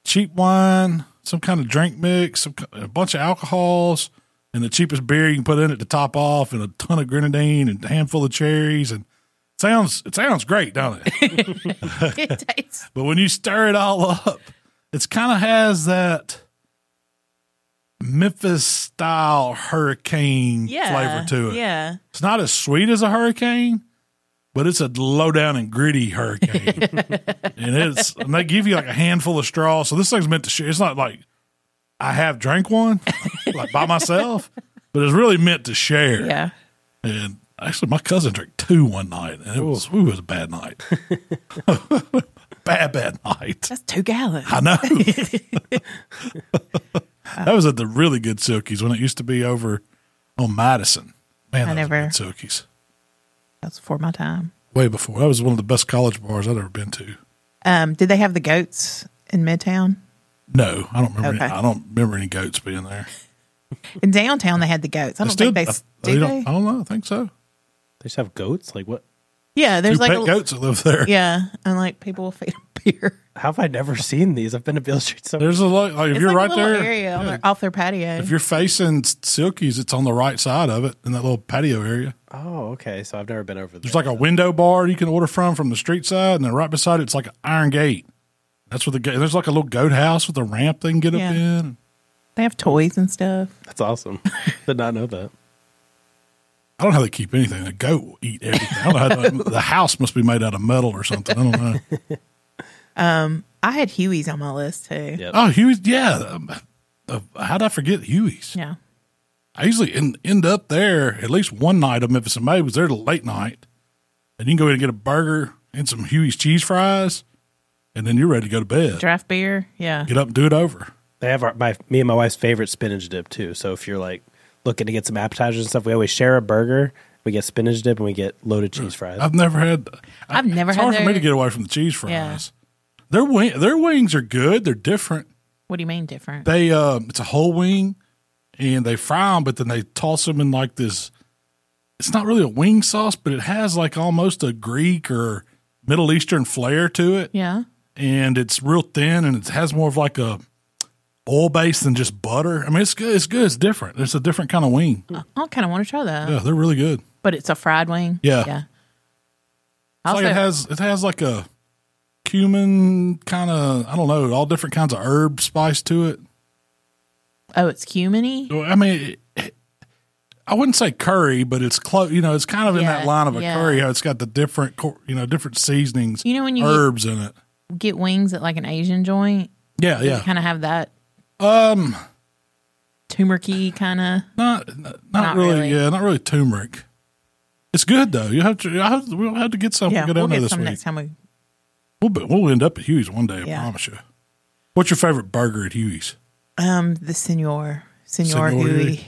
Speaker 2: cheap wine, some kind of drink mix, some, ki- a bunch of alcohols, and the cheapest beer you can put in it to top off, and a ton of grenadine and a handful of cherries, and sounds it sounds great, don't it?
Speaker 3: it tastes
Speaker 2: But when you stir it all up, it's kind of has that Memphis style hurricane
Speaker 3: yeah
Speaker 2: flavor to it.
Speaker 3: Yeah,
Speaker 2: It's not as sweet as a hurricane, but it's a low down and gritty hurricane. and it's and they give you like a handful of straw. So this thing's meant to share. It's not like I have drank one like by myself, but it's really meant to share.
Speaker 3: yeah.
Speaker 2: And actually, my cousin drank two one night, and it was ooh, it was a bad night, bad bad night.
Speaker 3: That's two gallons.
Speaker 2: I know. that was at the really good Silkies when it used to be over on Madison. Man,
Speaker 3: I
Speaker 2: that
Speaker 3: never-
Speaker 2: was a good Silkies.
Speaker 3: That's for my time.
Speaker 2: Way before that was one of the best college bars I'd ever been to.
Speaker 3: Um, did they have the goats in Midtown?
Speaker 2: No, I don't remember. Any,
Speaker 3: Okay.
Speaker 2: I don't remember any goats being there.
Speaker 3: In downtown, they had the goats. I don't think they s- do.
Speaker 2: uh, don't-
Speaker 3: They?
Speaker 2: I don't know. I think so.
Speaker 4: They just have goats. Like what?
Speaker 3: Yeah,
Speaker 2: Two
Speaker 3: there's like
Speaker 2: pet
Speaker 3: a,
Speaker 2: goats that live there.
Speaker 3: yeah, and like people will feed them beer.
Speaker 4: How have I never seen these? I've been to Beale Street so
Speaker 2: There's a lot. Like, if
Speaker 3: It's
Speaker 2: you're right
Speaker 3: like a little
Speaker 2: there,
Speaker 3: area on their, off their patio.
Speaker 2: If you're facing Silky's, it's on the right side of it in that little patio area.
Speaker 4: Oh, okay. So I've never been over there.
Speaker 2: There's like a window bar you can order from from the street side, and then right beside it's like an iron gate. That's where the gate. There's like a little goat house with a ramp they can get
Speaker 3: Yeah.
Speaker 2: up in.
Speaker 3: They have toys and stuff.
Speaker 4: That's awesome. Did not know that.
Speaker 2: I don't know how they keep anything. The goat will eat everything. I don't know how the house must be made out of metal or something. I don't know.
Speaker 3: I had Huey's on my list too.
Speaker 4: Yep.
Speaker 2: Oh, Huey's. Yeah. Um, uh, how'd I forget Huey's?
Speaker 3: Yeah.
Speaker 2: I usually end, end up there at least one night of Memphis and May was there till late night. And you can go in and get a burger and some Huey's cheese fries, and then you're ready to go to bed.
Speaker 3: Draft beer. Yeah.
Speaker 2: Get up and do it over.
Speaker 4: They have our, my me and my wife's favorite spinach dip too. So if you're like looking to get some appetizers and stuff, we always share a burger. We get spinach dip and we get loaded cheese fries.
Speaker 2: Mm. I've never had. I-
Speaker 3: I've never
Speaker 2: it's
Speaker 3: had
Speaker 2: hard for me
Speaker 3: their-
Speaker 2: to get away from the cheese
Speaker 3: Yeah.
Speaker 2: fries. Their wing, their wings are good. They're different.
Speaker 3: What do you mean different?
Speaker 2: They um, it's a whole wing, and they fry them, but then they toss them in like this. It's not really a wing sauce, but it has like almost a Greek or Middle Eastern flair to it.
Speaker 3: yeah.
Speaker 2: and it's real thin and it has more of like a oil base than just butter. I mean, it's good. It's good. It's different. It's a different kind of wing.
Speaker 3: I, kind of want to try that.
Speaker 2: Yeah, they're really good. It's
Speaker 3: But it's a fried wing.
Speaker 2: Yeah.
Speaker 3: Yeah.
Speaker 2: like it has it has like a cumin kind of I don't know all different kinds of herb spice to it.
Speaker 3: oh, it's cuminy.
Speaker 2: So, I mean. it- I wouldn't say curry, but it's close. You know, it's kind of in that
Speaker 3: Yeah,
Speaker 2: line of a
Speaker 3: yeah.
Speaker 2: curry. How it's got the different, cor- you know, different seasonings,
Speaker 3: You know when you get-
Speaker 2: herbs in it.
Speaker 3: Get wings at like an Asian joint.
Speaker 2: Yeah, yeah.
Speaker 3: Kind of have that. Um. Turmeric kind of.
Speaker 2: Not, not,
Speaker 3: Not
Speaker 2: really,
Speaker 3: really.
Speaker 2: Yeah, not really turmeric. It's good though. You have to. I have, we'll have to get some.
Speaker 3: Yeah.
Speaker 2: we'll go
Speaker 3: We'll
Speaker 2: down there
Speaker 3: get
Speaker 2: this
Speaker 3: some
Speaker 2: week.
Speaker 3: next time we.
Speaker 2: We'll, be, we'll end up at Huey's one day. I
Speaker 3: Yeah.
Speaker 2: promise you. What's your favorite burger at Huey's?
Speaker 3: Um. The Senor.
Speaker 2: Senor
Speaker 3: Senor, Huey.
Speaker 2: Huey.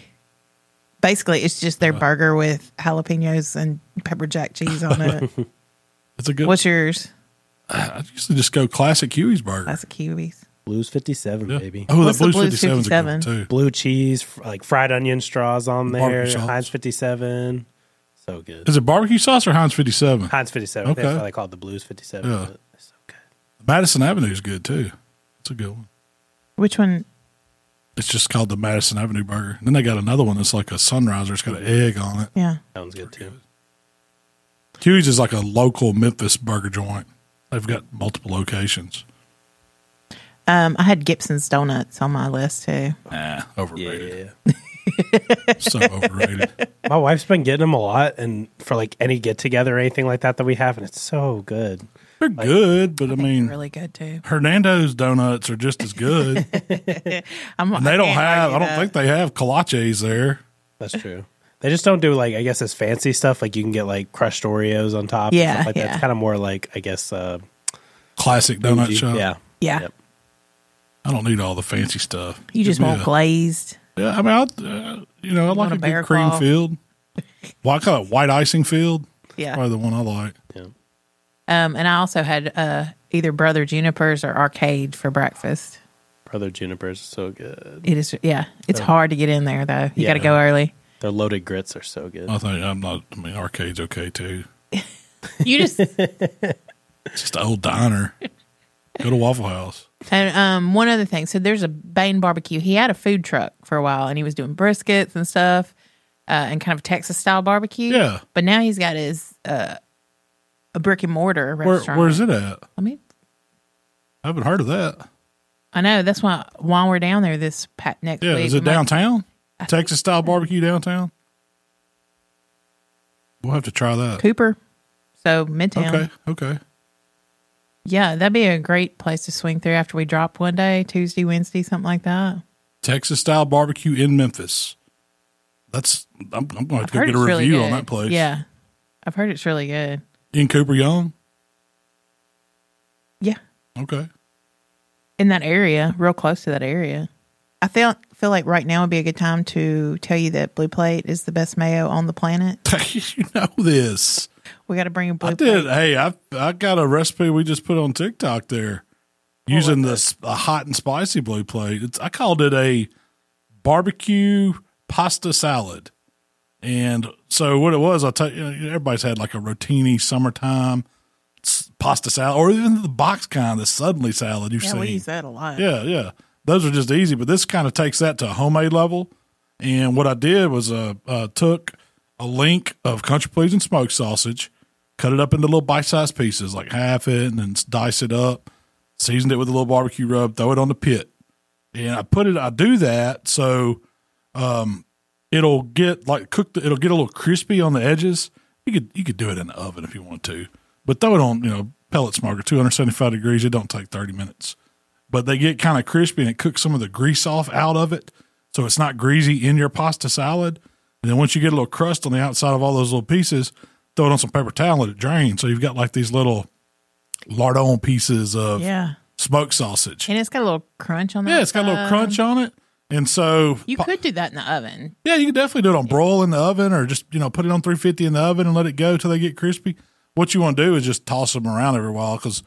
Speaker 3: Basically, it's just their burger with jalapenos and pepper jack cheese on it.
Speaker 2: It's a good.
Speaker 3: What's yours?
Speaker 2: I usually just go classic Huey's burger.
Speaker 3: That's a Kiwis.
Speaker 4: Blues fifty seven,
Speaker 2: Yeah.
Speaker 4: baby.
Speaker 2: Oh,
Speaker 3: Uh, What's
Speaker 2: that
Speaker 3: the
Speaker 2: Blue's
Speaker 3: Blue's
Speaker 2: fifty seven is a good one,
Speaker 3: 57?
Speaker 2: too.
Speaker 4: Blue cheese, fr- like fried onion straws on there.
Speaker 2: Barbecue sauce.
Speaker 4: Heinz fifty seven, so good.
Speaker 2: Is it barbecue sauce or Heinz fifty seven?
Speaker 4: Heinz fifty seven.
Speaker 2: Okay.
Speaker 4: That's why they call it the Blues fifty seven.
Speaker 2: Yeah.
Speaker 4: but it's So good.
Speaker 2: Madison Avenue is good too. It's a good one.
Speaker 3: Which one?
Speaker 2: It's just called the Madison Avenue burger. Then they got another one that's like a sunriser. It's got an egg on it.
Speaker 3: Yeah.
Speaker 4: That one's good too.
Speaker 2: Huey's is like a local Memphis burger joint. They've got multiple locations.
Speaker 3: Um, I had Gibson's donuts on my list too.
Speaker 2: Nah, overrated.
Speaker 4: Yeah.
Speaker 2: So overrated.
Speaker 4: My wife's been getting them a lot, and for like any get together or anything like that that we have, and it's so good.
Speaker 2: They're good, but I, mean,
Speaker 3: Really good too.
Speaker 2: Hernando's donuts are just as good. and
Speaker 3: I'm,
Speaker 2: they don't have, I don't think they have kolaches there.
Speaker 4: That's true. They just don't do like I guess it's fancy stuff. Like you can get like crushed Oreos on top.
Speaker 3: Yeah,
Speaker 4: and stuff like that.
Speaker 3: yeah.
Speaker 4: It's kind of more like I guess. Uh,
Speaker 2: Classic donut
Speaker 4: bougie.
Speaker 2: shop.
Speaker 4: Yeah,
Speaker 3: Yeah,
Speaker 4: Yep.
Speaker 2: I don't need all the fancy stuff.
Speaker 3: you just
Speaker 2: Give me
Speaker 3: want
Speaker 2: a-
Speaker 3: glazed.
Speaker 2: Yeah, I mean, I'll, uh, you know, I like
Speaker 3: want
Speaker 2: a
Speaker 3: a bear
Speaker 2: good cream
Speaker 3: claw?
Speaker 2: field. Well, I call it white icing field.
Speaker 3: Yeah.
Speaker 2: Probably the one I like.
Speaker 3: Um, and I also had uh, either Brother Juniper's or Arcade for breakfast.
Speaker 4: Brother Junipers are so good.
Speaker 3: It is, yeah, it's
Speaker 2: Oh.
Speaker 3: hard to get in there though. You got to
Speaker 4: Yeah.
Speaker 3: go early.
Speaker 4: Their loaded grits are so good.
Speaker 2: I think I'm not, I mean, arcade's okay too.
Speaker 3: You just
Speaker 2: It's just an old diner. Go to Waffle House.
Speaker 3: and um, one other thing. So there's a Bain barbecue. He had a food truck for a while, and he was doing briskets and stuff, uh, and kind of Texas style barbecue.
Speaker 2: Yeah.
Speaker 3: But now he's got his uh, a brick and mortar
Speaker 2: Where,
Speaker 3: restaurant.
Speaker 2: where's it at?
Speaker 3: I mean,
Speaker 2: I haven't heard of that.
Speaker 3: I know that's why while we're down there this pat next
Speaker 2: Yeah,
Speaker 3: week.
Speaker 2: is
Speaker 3: we
Speaker 2: it
Speaker 3: might-
Speaker 2: downtown? Texas style barbecue downtown? We'll have to try that.
Speaker 3: Cooper? So Midtown.
Speaker 2: Okay, okay.
Speaker 3: Yeah, that'd be a great place to swing through after we drop one day, Tuesday, Wednesday, something like that.
Speaker 2: Texas style barbecue in Memphis. That's I'm, I'm going to have to go get a
Speaker 3: really
Speaker 2: review on
Speaker 3: good.
Speaker 2: that place.
Speaker 3: Yeah, I've heard it's really good.
Speaker 2: in Cooper Young.
Speaker 3: Yeah,
Speaker 2: Okay,
Speaker 3: in that area, real close to that area. I feel feel like right now would be a good time to tell you that Blue Plate is the best mayo on the planet.
Speaker 2: you know this.
Speaker 3: We got to bring a Blue
Speaker 2: I
Speaker 3: Plate.
Speaker 2: did. Hey, I I got a recipe we just put on TikTok there using this a hot and spicy blue plate. It's, I called it a barbecue pasta salad. And so what it was, I tell you, know, everybody's had like a rotini summertime s- pasta salad, or even the box kind, the suddenly salad you've
Speaker 3: Yeah,
Speaker 2: seen.
Speaker 3: we use that a lot.
Speaker 2: Yeah, yeah. Those are just easy, but this kind of takes that to a homemade level. And what I did was uh, uh took a link of country pleasing smoked sausage, cut it up into little bite sized pieces, like half it, and then dice it up, seasoned it with a little barbecue rub, throw it on the pit. And I put it, I do that so it'll get like cooked. It'll get a little crispy on the edges. You could you could do it in the oven if you want to, but throw it on you know pellet smoker, two hundred seventy five degrees. It don't take thirty minutes, but they get kind of crispy and it cooks some of the grease off out of it, so it's not greasy in your pasta salad. And then once you get a little crust on the outside of all those little pieces, throw it on some paper towel and let it drain. So you've got like these little lardon pieces of
Speaker 3: yeah,
Speaker 2: smoked sausage.
Speaker 3: and it's got a little crunch on that.
Speaker 2: Yeah, it's got a little
Speaker 3: side.
Speaker 2: crunch on it. And so
Speaker 3: You
Speaker 2: pa-
Speaker 3: could do that in the oven.
Speaker 2: yeah, you can definitely do it on broil in the oven or just, you know, put it on 350 in the oven and let it go till they get crispy. What you want to do is just toss them around every while because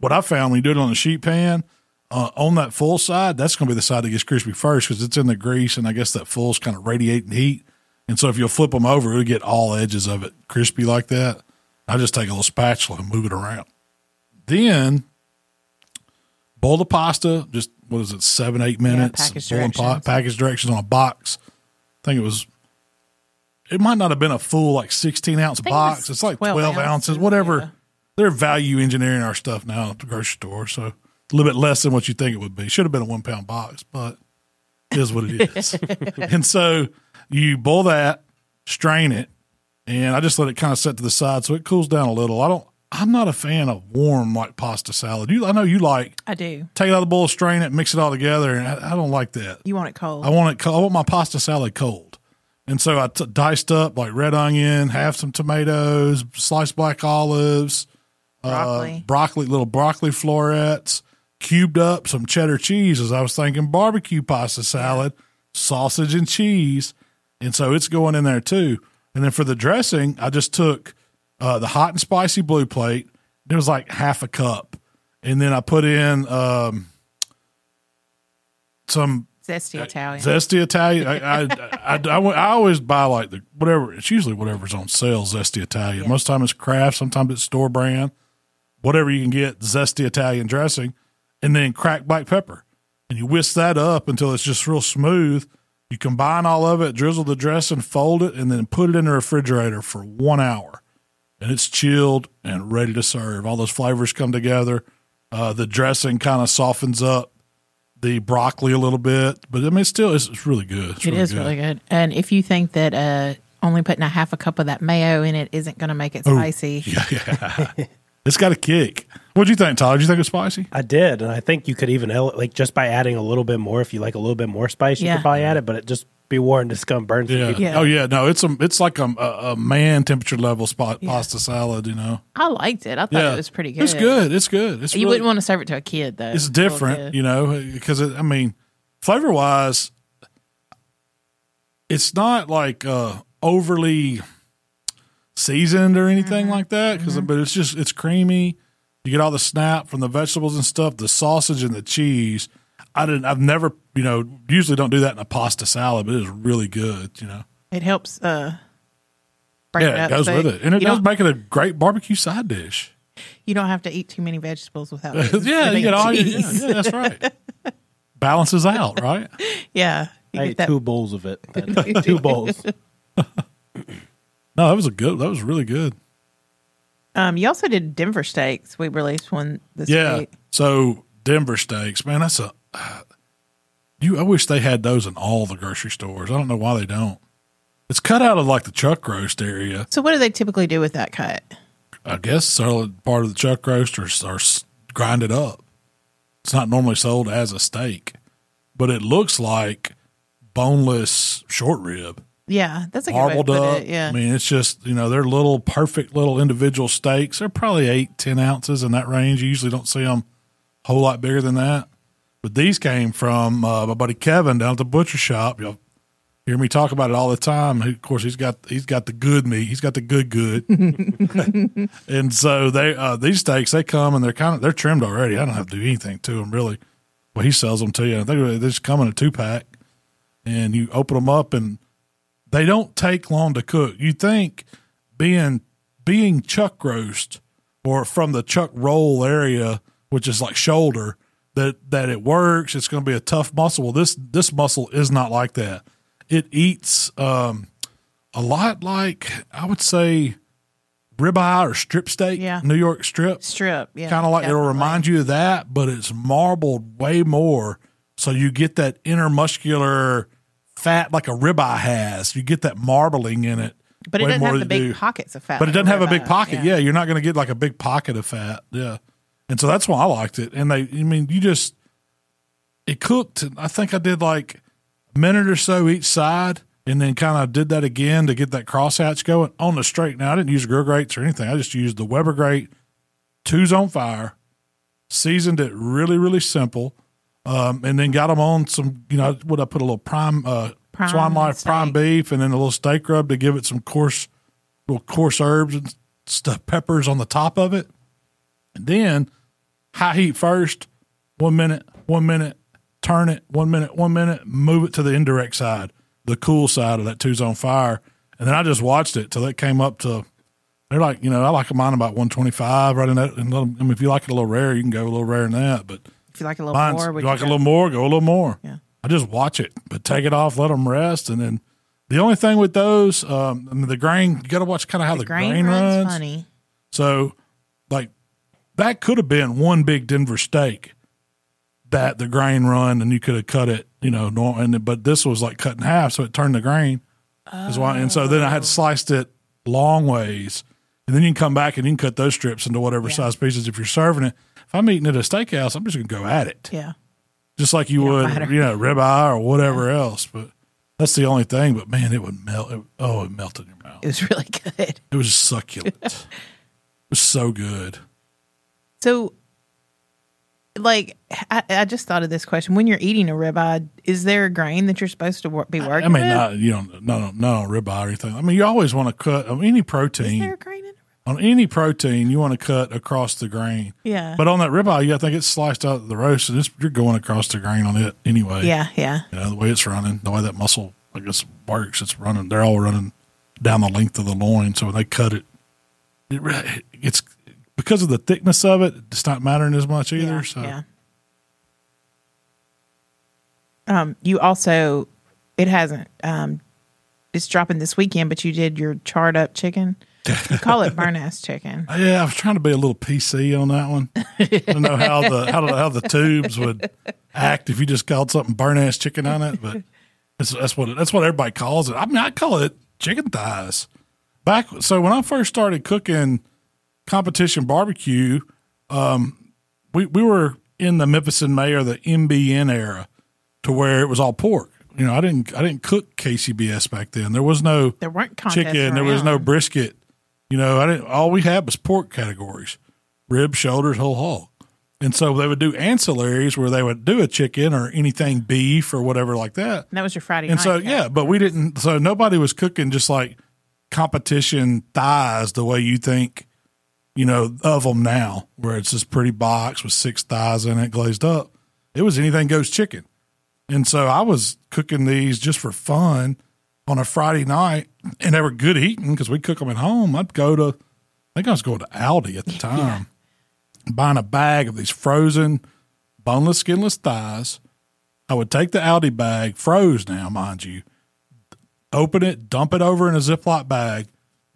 Speaker 2: what I found when you do it on a sheet pan, uh, on that full side, that's going to be the side that gets crispy first because it's in the grease and I guess that full's kind of radiating heat. And so if you'll flip them over, it'll get all edges of it crispy like that. I just take a little spatula and move it around. Then boil the pasta, just what is it, seven, eight minutes?
Speaker 3: package
Speaker 2: Boil in pot-
Speaker 3: directions.
Speaker 2: package directions on a box. I think it was it might not have been a full like 16 ounce
Speaker 3: think it
Speaker 2: box.
Speaker 3: was
Speaker 2: It's like 12,
Speaker 3: 12
Speaker 2: ounces,
Speaker 3: ounces,
Speaker 2: whatever.
Speaker 3: yeah.
Speaker 2: They're value engineering our stuff now at the grocery store. So a little bit less than what you think it would be. Should have been a one pound box, but it is what it is. and so you boil that, strain it, and I just let it kind of set to the side so it cools down a little. I don't, I'm not a fan of warm like pasta salad. You, I know you like
Speaker 3: I do.
Speaker 2: take it out of the bowl, strain it, mix it all together. And I, I don't like that.
Speaker 3: You want it cold?
Speaker 2: I want it. co- I want my pasta salad cold, and so I t- diced up like red onion, half some tomatoes, sliced black olives,
Speaker 3: broccoli.
Speaker 2: uh, broccoli, little broccoli florets, cubed up some cheddar cheese. As I was thinking, barbecue pasta salad, sausage and cheese, and so it's going in there too. And then for the dressing, I just took uh, the hot and spicy blue plate. It was like half a cup, and then I put in um, some
Speaker 3: Zesty Italian.
Speaker 2: Zesty Italian. I, I, I, I- I went- I always buy like the whatever. It's usually whatever's on sale. Zesty Italian. Most time it's craft. Sometimes it's store brand. Whatever you can get, zesty Italian dressing, and then cracked black pepper, and you whisk that up until it's just real smooth. You combine all of it, drizzle the dressing, fold it, and then put it in the refrigerator for one hour and it's chilled and ready to serve. All those flavors come together. Uh, the dressing kind of softens up the broccoli a little bit, but I mean, it's still it's, it's really good. It's
Speaker 3: It is really good. And if you think that uh, only putting a half a cup of that mayo in it isn't going to make
Speaker 2: Oh.
Speaker 3: it spicy,
Speaker 2: It's got a kick. What'd you think, Todd? Did you think it was spicy?
Speaker 4: I did, and I think you could even ele- like just by adding a little bit more. If you like a little bit more spice, you
Speaker 3: Yeah.
Speaker 4: could probably add it. But it just be warned, it's gonna burn. some
Speaker 2: Yeah.
Speaker 4: people.
Speaker 3: Yeah.
Speaker 2: Oh yeah. No, it's a it's like a, a, a man temperature level spot, pasta salad. You know.
Speaker 3: I liked it. I thought
Speaker 2: Yeah.
Speaker 3: it was Oh, pretty good.
Speaker 2: It's good. It's good. It's
Speaker 3: You
Speaker 2: really-
Speaker 3: wouldn't want to serve it to a kid, though.
Speaker 2: It's
Speaker 3: A little
Speaker 2: different,
Speaker 3: kid.
Speaker 2: you know, because I mean, flavor wise, it's not like uh, overly seasoned or anything
Speaker 3: Mm-hmm.
Speaker 2: like that. Because but it's just it's creamy. You get all the snap from the vegetables and stuff, the sausage and the cheese. I didn't. I've never, you know, usually don't do that in a pasta salad, but it is really good. You know,
Speaker 3: It helps. Uh, break
Speaker 2: yeah, it
Speaker 3: up
Speaker 2: goes
Speaker 3: so
Speaker 2: with it, and it
Speaker 3: you
Speaker 2: does
Speaker 3: don't-
Speaker 2: make it a great barbecue side dish.
Speaker 3: You don't have to eat too many vegetables without.
Speaker 2: yeah, you
Speaker 3: eating
Speaker 2: get all. your- Yeah,
Speaker 3: cheese.
Speaker 2: yeah, that's right. Balances out, right?
Speaker 3: yeah. You
Speaker 4: I
Speaker 3: get
Speaker 4: ate
Speaker 3: that-
Speaker 4: two bowls of it. two bowls.
Speaker 2: No, that was a good. That was really good.
Speaker 3: Um, you also did Denver Steaks. We released one this
Speaker 2: yeah.
Speaker 3: week.
Speaker 2: So Denver steaks, man, that's a you. I wish they had those in all the grocery stores. I don't know why they don't. It's cut out of like the chuck roast area.
Speaker 3: So what do they typically do with that cut?
Speaker 2: I guess solid part of the chuck roast or, or s- grind it up. It's not normally sold as a steak, but it looks like boneless short rib,
Speaker 3: Yeah, that's a good way to
Speaker 2: marbled
Speaker 3: put
Speaker 2: up.
Speaker 3: it. Yeah.
Speaker 2: I mean, it's just, you know, they're little, perfect little individual steaks. They're probably eight, 10 ounces in that range. You usually don't see them a whole lot bigger than that. But these came from uh, my buddy Kevin down at the butcher shop. You'll hear me talk about it all the time. He- Of course, he's got he's got the good meat. He's got the good good. And so they uh, these steaks they come and they're kind of they're trimmed already. I don't have to do anything to them really. Well, he sells them to you. They they just come in a two pack, and you open them up, and they don't take long to cook. You think being being chuck roast or from the chuck roll area, which is like shoulder, that that it works. It's going to be a tough muscle. Well, this this muscle is not like that. It eats um, a lot like I would say ribeye or strip steak,
Speaker 3: Yeah.
Speaker 2: New York strip
Speaker 3: Strip. Yeah.
Speaker 2: kind of like it'll
Speaker 3: definitely.
Speaker 2: remind you of that, but it's marbled way more. So you get that intermuscular fat like a ribeye has. You get that marbling in it.
Speaker 3: But it
Speaker 2: way
Speaker 3: doesn't
Speaker 2: more
Speaker 3: have the
Speaker 2: than
Speaker 3: big
Speaker 2: you do.
Speaker 3: pockets of fat.
Speaker 2: But it
Speaker 3: like
Speaker 2: doesn't have a big
Speaker 3: ribeye.
Speaker 2: pocket. Yeah. you're not going to get like a big pocket of fat. Yeah, and so that's why I liked it. And they, I mean, you just it cooked. and I think I did like a minute or so each side, and then kind of did that again to get that crosshatch going on the straight. Now I didn't use grill grates or anything. I just used the Weber grate. Two's on fire. Seasoned it really, really simple, um, and then got them on some. You know, what I put a little prime, uh,
Speaker 3: Prime
Speaker 2: Swan Life prime
Speaker 3: steak.
Speaker 2: beef, and then a little steak rub to give it some coarse little coarse herbs and stuff, peppers on the top of it. And then high heat first, one minute, one minute, turn it, one minute, one minute, move it to the indirect side, the cool side of that two's on fire. And then I just watched it till it came up to, they're like, you know, I like mine about 125, right in that. And let 'em- I mean, if you like it a little rare, you can go a little rare in that. But
Speaker 3: If you like a little
Speaker 2: mine's,
Speaker 3: more, would
Speaker 2: you like
Speaker 3: go-
Speaker 2: a little more, go a little more.
Speaker 3: Yeah.
Speaker 2: I just watch it, but take it off, let them rest, and then the only thing with those, um, I mean, the grain, you got to watch kind of how the, grain, runs.
Speaker 3: funny.
Speaker 2: So, like, that could have been one big Denver steak that the grain run, and you could have cut it, you know, nor- and but this was like cut in half, so it turned the grain. Is why, and so then I had sliced it long ways, and then you can come back and you can cut those strips into whatever size pieces if you're serving it. If I'm eating at a steakhouse, I'm just gonna go at it
Speaker 3: Yeah.
Speaker 2: just like you would,
Speaker 3: matter.
Speaker 2: you know, ribeye or whatever else. But that's the only thing. But man, it would melt. It, oh, it melted in your mouth.
Speaker 3: It was really good.
Speaker 2: It was succulent. it was so good.
Speaker 3: So, like, I, I just thought of this question. When you're eating a ribeye, is there a grain that you're supposed to wor- be working
Speaker 2: I mean,
Speaker 3: with?
Speaker 2: not you know, not not on ribeye or anything. I mean, you always want to cut on any
Speaker 3: is there a
Speaker 2: protein.
Speaker 3: grain in it?
Speaker 2: On any protein, you want to cut across the grain.
Speaker 3: Yeah.
Speaker 2: But on that ribeye, yeah, I think it's sliced out of the roast, and it's, you're going across the grain on it anyway.
Speaker 3: Yeah, yeah.
Speaker 2: You know, the way it's running, the way that muscle, I guess, works, it's running. They're all running down the length of the loin. So when they cut it, it re- it's because of the thickness of it, it's not mattering as much either.
Speaker 3: yeah,
Speaker 2: so
Speaker 3: yeah. Um, you also, it hasn't. Um, it's dropping this weekend, but you did your charred up chicken. You call it burn ass chicken.
Speaker 2: yeah, I was trying to be a little PC on that one. I don't know how the how, the- how the tubes would act if you just called something burn ass chicken on it, but that's, that's what that's what everybody calls it. I mean, I call it chicken thighs. Back so when I first started cooking competition barbecue, um, we, we were in the Memphis and May or the MBN era to where it was all pork. You know, I didn't I didn't cook KCBS back then. There was no
Speaker 3: There weren't contests
Speaker 2: chicken, there was no
Speaker 3: around.
Speaker 2: brisket. You know, I didn't all we had was pork categories. Rib, shoulders, whole hog. And so they would do ancillaries where they would do a chicken or anything beef or whatever like that.
Speaker 3: And that was your Friday
Speaker 2: And
Speaker 3: night.
Speaker 2: so yeah, but we didn't so nobody was cooking just like competition thighs the way you think you know, of them now, where it's this pretty box with six thighs in it glazed up. It was anything goes chicken. And so I was cooking these just for fun on a Friday night, and they were good eating because we cook them at home. I'd go to, I think I was going to Aldi at the time, buying a bag of these frozen, boneless, skinless thighs. I would take the Aldi bag, froze now, mind you, open it, dump it over in a Ziploc bag,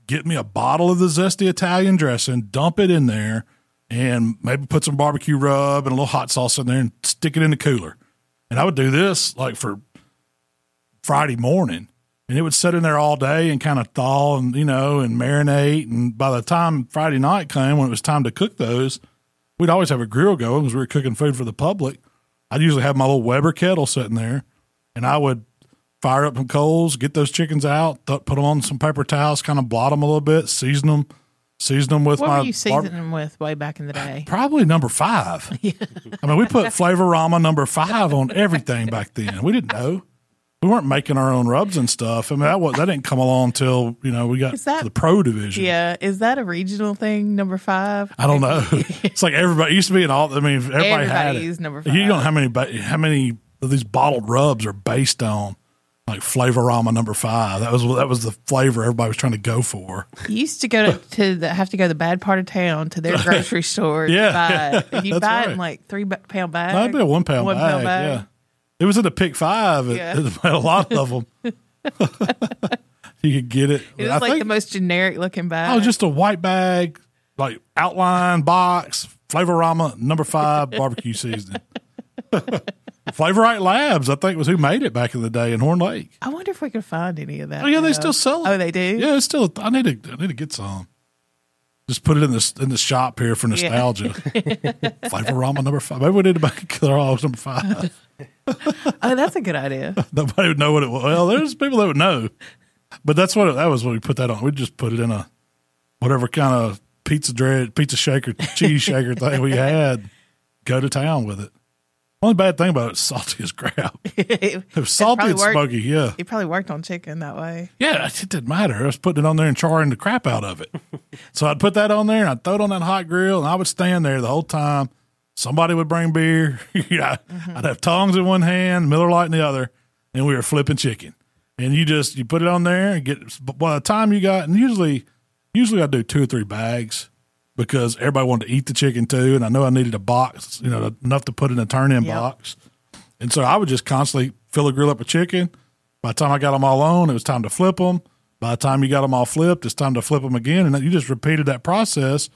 Speaker 2: get me a bottle of the zesty Italian dressing, dump it in there, and maybe put some barbecue rub and a little hot sauce in there and stick it in the cooler. And I would do this like for Friday morning, and it would sit in there all day and kind of thaw and you know and marinate. And by the time Friday night came, when it was time to cook those, we'd always have a grill going because we were cooking food for the public. I'd usually have my little Weber kettle sitting there, and I would fire up some coals, get those chickens out, th- put them on some paper towels, kind of blot them a little bit, season them, season them with
Speaker 3: What
Speaker 2: my
Speaker 3: were you
Speaker 2: bar-
Speaker 3: seasoning them with way back in the day?
Speaker 2: probably number five. I mean, we put Flavorama number five on everything back then. We didn't know. We weren't making our own rubs and stuff. I mean, that was, that didn't come along until you know we got
Speaker 3: Is that-
Speaker 2: to the pro division.
Speaker 3: Yeah, is that a regional thing? Number five.
Speaker 2: I don't know. it's like everybody it used to be in all. I mean, everybody, had
Speaker 3: Everybody
Speaker 2: it.
Speaker 3: used number
Speaker 2: You don't know
Speaker 3: five.
Speaker 2: how many ba- how many of these bottled rubs are based on like Flavorama number five. That was that was the flavor everybody was trying to go for.
Speaker 3: You used to go to, to the, have to go to the bad part of town to their grocery store.
Speaker 2: Yeah,
Speaker 3: to buy it. And you
Speaker 2: that's
Speaker 3: buy it
Speaker 2: right.
Speaker 3: in like three ba- pound bags.
Speaker 2: That'd be a one pound bag. Yeah, it was in the pick five. At,
Speaker 3: Yeah.
Speaker 2: at a lot of them. you could get it.
Speaker 3: It was like the most generic looking bag.
Speaker 2: Oh, just a white bag, like outline box, Flavorama number five barbecue seasoning. Flavorite Labs, I think, was who made it back in the day in Horn Lake.
Speaker 3: I wonder if we could find any of that.
Speaker 2: Oh yeah, they
Speaker 3: now.
Speaker 2: still sell it.
Speaker 3: Oh, they do.
Speaker 2: Yeah, it's still. I need to. I need to get some. Just put it in this in the shop here for nostalgia. Flavorama number five. Maybe we need to make a Killer Hogs number five.
Speaker 3: Oh, that's a good idea.
Speaker 2: Nobody would know what it was. Well, there's people that would know, but that's what that was when we put that on. We just put it in a whatever kind of pizza dread, pizza shaker, cheese shaker thing we had. Go to town with it. Only bad thing about it, it's salty as crap. It
Speaker 3: it
Speaker 2: was salty
Speaker 3: probably
Speaker 2: and
Speaker 3: worked-
Speaker 2: smoky. Yeah,
Speaker 3: it probably worked on chicken that way.
Speaker 2: yeah. It didn't matter. I was putting it on there and charring the crap out of it. so I'd put that on there and I'd throw it on that hot grill and I would stand there the whole time. Somebody would bring beer. yeah, I'd have tongs in one hand, Miller Lite in the other, and we were flipping chicken. And you just you put it on there and get. But by the time you got, and usually, usually I do two or three bags because everybody wanted to eat the chicken too, and I know I needed a box, you know, enough to put in a turn-in
Speaker 3: Yep.
Speaker 2: box. And so I would just constantly fill the grill up with chicken. By the time I got them all on, it was time to flip them. By the time you got them all flipped, it's time to flip them again, and you just repeated that process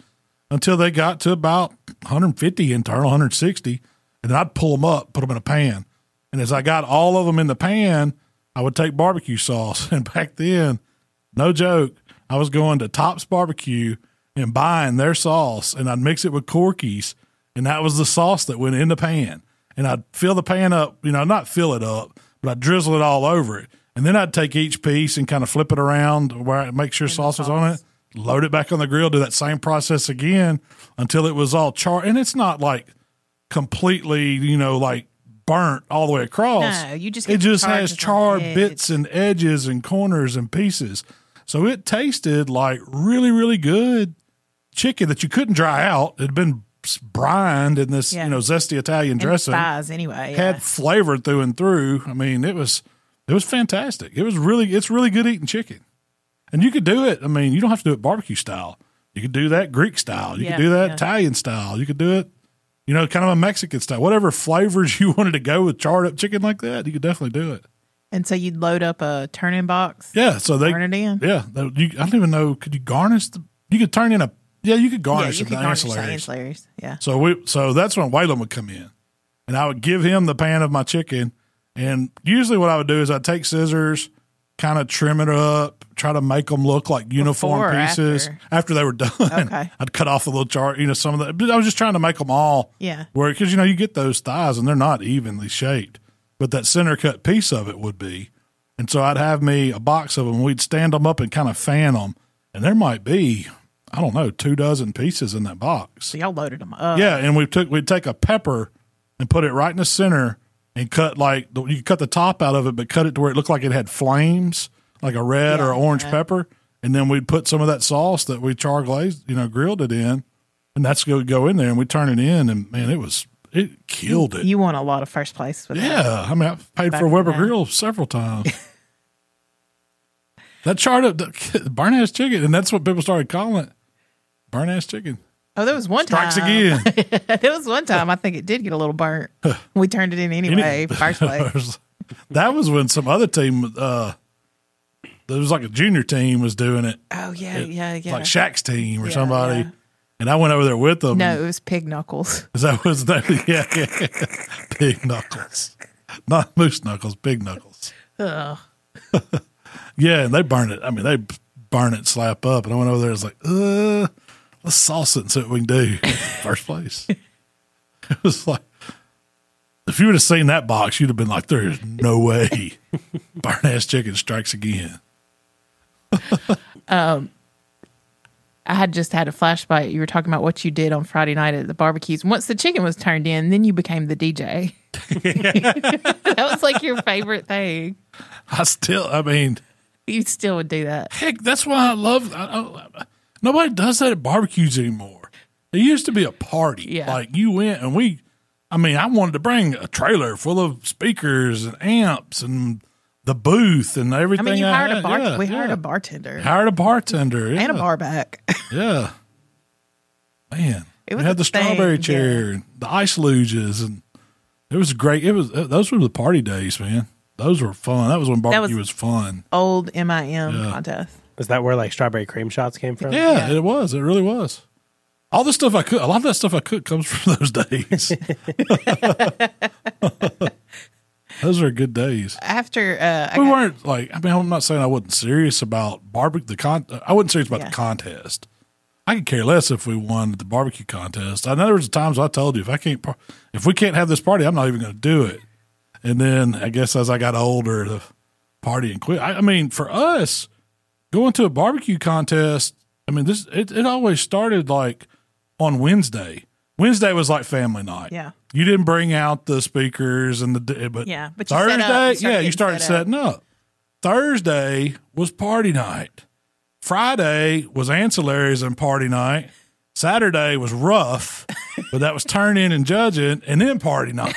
Speaker 2: until they got to about 150 internal, 160, and then I'd pull them up, put them in a pan, and as I got all of them in the pan, I would take barbecue sauce. And back then, no joke, I was going to Tops Barbecue and buying their sauce, and I'd mix it with Corky's, and that was the sauce that went in the pan. And I'd fill the pan up, you know, not fill it up, but I'd drizzle it all over it. And then I'd take each piece and kind of flip it around where I make sure sauce was on it, load it back on the grill, do that same process again until it was all char. And it's not like completely, you know, like burnt all the way across.
Speaker 3: No, you just
Speaker 2: it
Speaker 3: get the
Speaker 2: just
Speaker 3: charred
Speaker 2: has
Speaker 3: just
Speaker 2: charred
Speaker 3: on the edge.
Speaker 2: bits and edges and corners and pieces. So it tasted like really, really good chicken that you couldn't dry out. It'd been s- brined in this,
Speaker 3: Yeah.
Speaker 2: you know, zesty Italian
Speaker 3: And
Speaker 2: dressing
Speaker 3: thighs anyway. yeah.
Speaker 2: had flavor through and through. I mean, it was it was fantastic. It was really it's really good eating chicken, and you could do it. I mean, you don't have to do it barbecue style. You could do that Greek style. You
Speaker 3: Yeah,
Speaker 2: could do that
Speaker 3: yeah.
Speaker 2: Italian style. You could do it, you know, kind of a Mexican style. Whatever flavors you wanted to go with charred up chicken like that, you could definitely do it.
Speaker 3: And so you'd load up a turn in box.
Speaker 2: Yeah. So they
Speaker 3: Turn it in.
Speaker 2: Yeah. they- you, I don't even know. Could you garnish the? You could turn in a. Yeah, you could
Speaker 3: Yeah,
Speaker 2: garnish
Speaker 3: you
Speaker 2: the
Speaker 3: could garnish the
Speaker 2: ancillaries.
Speaker 3: ancillaries. Yeah.
Speaker 2: So we so that's when Waylon would come in, and I would give him the pan of my chicken. And usually, what I would do is I'd take scissors, kind of trim it up, try to make them look like uniform
Speaker 3: Before or
Speaker 2: pieces
Speaker 3: after?
Speaker 2: they were done.
Speaker 3: Okay.
Speaker 2: I'd cut off a little chart, you know, some of the. But I was just trying to make them all
Speaker 3: Yeah.
Speaker 2: where because you know you get those thighs and they're not evenly shaped, but that center cut piece of it would be. And so I'd have me a box of them. We'd stand them up and kind of fan them, and there might be I don't know two dozen pieces in that box.
Speaker 3: So y'all loaded them up.
Speaker 2: Yeah, and we took we'd take a pepper and put it right in the center and cut like the- you could cut the top out of it, but cut it to where it looked like it had flames, like a red or
Speaker 3: Yeah,
Speaker 2: orange
Speaker 3: yeah.
Speaker 2: pepper. And then we'd put some of that sauce that we char glazed, you know, grilled it in, and that's going to go in there. And we turn it in, and man, it was it killed it.
Speaker 3: You won a lot of first place with that.
Speaker 2: yeah, I mean, I've paid for
Speaker 3: in
Speaker 2: Weber
Speaker 3: the day.
Speaker 2: Grill several times. that charred up burn ass chicken, and that's what people started calling it, burn ass chicken.
Speaker 3: Oh, there was one
Speaker 2: Strikes
Speaker 3: time.
Speaker 2: again.
Speaker 3: There was one time I think it did get a little burnt. we turned it in anyway. First place.
Speaker 2: that was when some other team, uh, the- There was like a junior team was doing it,
Speaker 3: Oh yeah, yeah, yeah.
Speaker 2: like Shaq's team or
Speaker 3: Yeah,
Speaker 2: somebody.
Speaker 3: yeah.
Speaker 2: And I went over there with them.
Speaker 3: no, it was pig knuckles.
Speaker 2: Is that was that? Yeah, yeah. Big knuckles, not moose knuckles. Big knuckles.
Speaker 3: Ugh.
Speaker 2: Yeah, and they burn it. I mean, they burn it, slap up. And I went over there. and was like, uh, let's sauce it and see what we can do. First place. It was like, if you would have seen that box, you'd have been like, there is no way. burn ass chicken strikes again.
Speaker 3: I had just had a flashback. You were talking about what you did on Friday night at the barbecues. Once the chicken was turned in, then you became the DJ. that was like your favorite thing.
Speaker 2: I still, I mean,
Speaker 3: You still would do that.
Speaker 2: heck, that's why I love. I, I, nobody does that at barbecues anymore. It used to be a party.
Speaker 3: Yeah.
Speaker 2: Like you went and we. I mean, I wanted to bring a trailer full of speakers and amps and the booth and
Speaker 3: I
Speaker 2: everything.
Speaker 3: mean, you hired a
Speaker 2: had.
Speaker 3: bar.
Speaker 2: Yeah,
Speaker 3: we hired
Speaker 2: yeah.
Speaker 3: a bartender
Speaker 2: hired a bartender yeah,
Speaker 3: and a bar back.
Speaker 2: Yeah, man, we
Speaker 3: It was
Speaker 2: had
Speaker 3: a
Speaker 2: the strawberry
Speaker 3: thing,
Speaker 2: chair, and the ice luges, and it was great. It was those were the party days, man. Those were fun. That was when barbecue was,
Speaker 3: was-
Speaker 2: fun.
Speaker 3: Old MIM contest.
Speaker 4: Is that where like strawberry cream shots came from?
Speaker 2: Yeah, it was. It really was. All the stuff I cook, a lot of that stuff I cook comes from those days. those are good days.
Speaker 3: After uh, I
Speaker 2: We
Speaker 3: got-
Speaker 2: weren't like, I mean, I'm not saying I wasn't serious about barbecue, the con, I wasn't serious about
Speaker 3: Yeah.
Speaker 2: the contest. I could care less if we won the barbecue contest. I know there was times I told you if I can't, par- if we can't have this party, I'm not even going to do it. And then I guess as I got older, the party and quit. I, I mean, for us, going to a barbecue contest, I mean, this it, it always started like on Wednesday. Wednesday was like family night.
Speaker 3: Yeah.
Speaker 2: You didn't bring out the speakers and the d- but
Speaker 3: Yeah, but you set
Speaker 2: Thursday,
Speaker 3: up, you started
Speaker 2: yeah, you
Speaker 3: getting
Speaker 2: started
Speaker 3: set up.
Speaker 2: setting up. Thursday was party night. Friday was ancillaries and party night. Saturday was rough, but that was turn in and judging and then party night.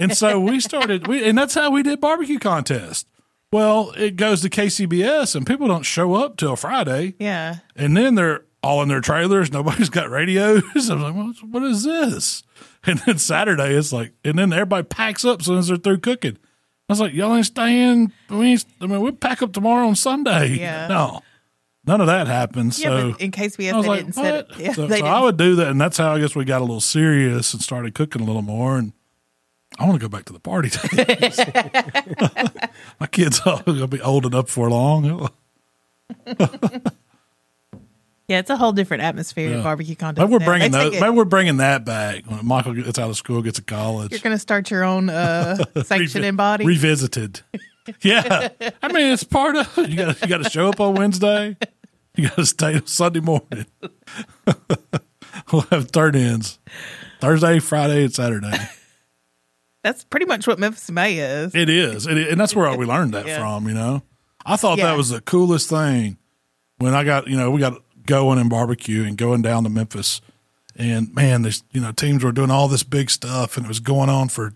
Speaker 2: and so we started we and that's how we did barbecue contest. Well, it goes to KCBS and people don't show up till Friday.
Speaker 3: yeah,
Speaker 2: And then they're all in their trailers. Nobody's got radios. I'm like, what, what is this? And then Saturday, it's like, and then everybody packs up as soon as they're through cooking. I was like, y'all ain't staying. We ain't, I mean, we'll pack up tomorrow on Sunday.
Speaker 3: Yeah.
Speaker 2: No, none of that happens.
Speaker 3: yeah.
Speaker 2: so
Speaker 3: but in case we
Speaker 2: I
Speaker 3: have,
Speaker 2: was
Speaker 3: they
Speaker 2: like,
Speaker 3: didn't set it.
Speaker 2: what?
Speaker 3: Yeah,
Speaker 2: so
Speaker 3: they
Speaker 2: so
Speaker 3: didn't.
Speaker 2: I would do that. And that's how I guess we got a little serious and started cooking a little more. And I want to go back to the party. days. My kids are going to be old enough for long.
Speaker 3: yeah, it's a whole different atmosphere
Speaker 2: Yeah.
Speaker 3: at barbecue contest.
Speaker 2: Maybe we're
Speaker 3: now.
Speaker 2: bringing
Speaker 3: They
Speaker 2: those,
Speaker 3: take it-
Speaker 2: maybe we're bringing that back when Michael gets out of school, gets to
Speaker 3: You're
Speaker 2: college.
Speaker 3: gonna start your own uh, sanctioned
Speaker 2: Revi-
Speaker 3: and body.
Speaker 2: revisited. Yeah, I mean it's part of you. Got you got to show up on Wednesday. You got to stay till Sunday morning. we'll have third ends Thursday, Friday, and Saturday.
Speaker 3: That's pretty much what Memphis May is.
Speaker 2: It is, it, and that's where we learned that
Speaker 3: Yeah.
Speaker 2: from. You know, I thought
Speaker 3: Yeah.
Speaker 2: that was the coolest thing when I got you know we got going and barbecue and going down to Memphis, and man, these you know teams were doing all this big stuff and it was going on for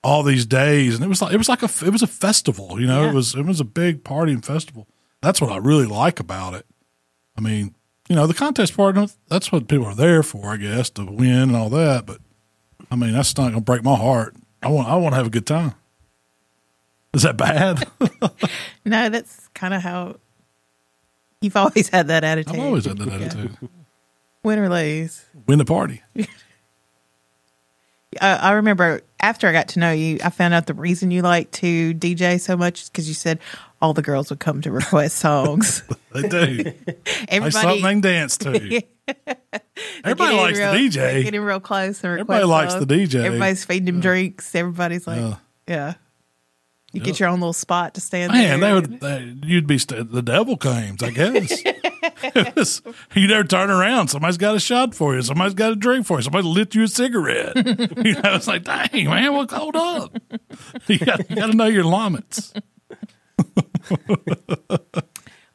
Speaker 2: all these days, and it was like it was like a it was a festival. You know,
Speaker 3: Yeah.
Speaker 2: it was it was a big party and festival. That's what I really like about it. I mean, you know, the contest part that's what people are there for, I guess, to win and all that. But I mean, that's not going to break my heart. I want I want to have a good time. Is that bad?
Speaker 3: No, that's kind of how you've always had that attitude.
Speaker 2: I've always had that
Speaker 3: Yeah.
Speaker 2: attitude.
Speaker 3: Win or lose.
Speaker 2: Win the party.
Speaker 3: Uh, I remember after I got to know you, I found out the reason you like to DJ so much is because you said all the girls would come to request songs.
Speaker 2: They do. They
Speaker 3: Everybody,
Speaker 2: something they dance to. Everybody
Speaker 3: get in
Speaker 2: likes
Speaker 3: real-
Speaker 2: the
Speaker 3: they Get
Speaker 2: DJ.
Speaker 3: in real close. And
Speaker 2: Everybody
Speaker 3: request
Speaker 2: likes the
Speaker 3: songs.
Speaker 2: DJ.
Speaker 3: Everybody's feeding them drinks. Everybody's like,
Speaker 2: Yeah.
Speaker 3: yeah. You get your own little spot to stand
Speaker 2: Man, they
Speaker 3: there.
Speaker 2: would. They, you'd be st- the devil comes, I guess. It was- you never turn around. Somebody's got a shot for you. Somebody's got a drink for you. Somebody lit you a cigarette. you know, it's like, dang man, well, hold up. You got, you got to know your limits.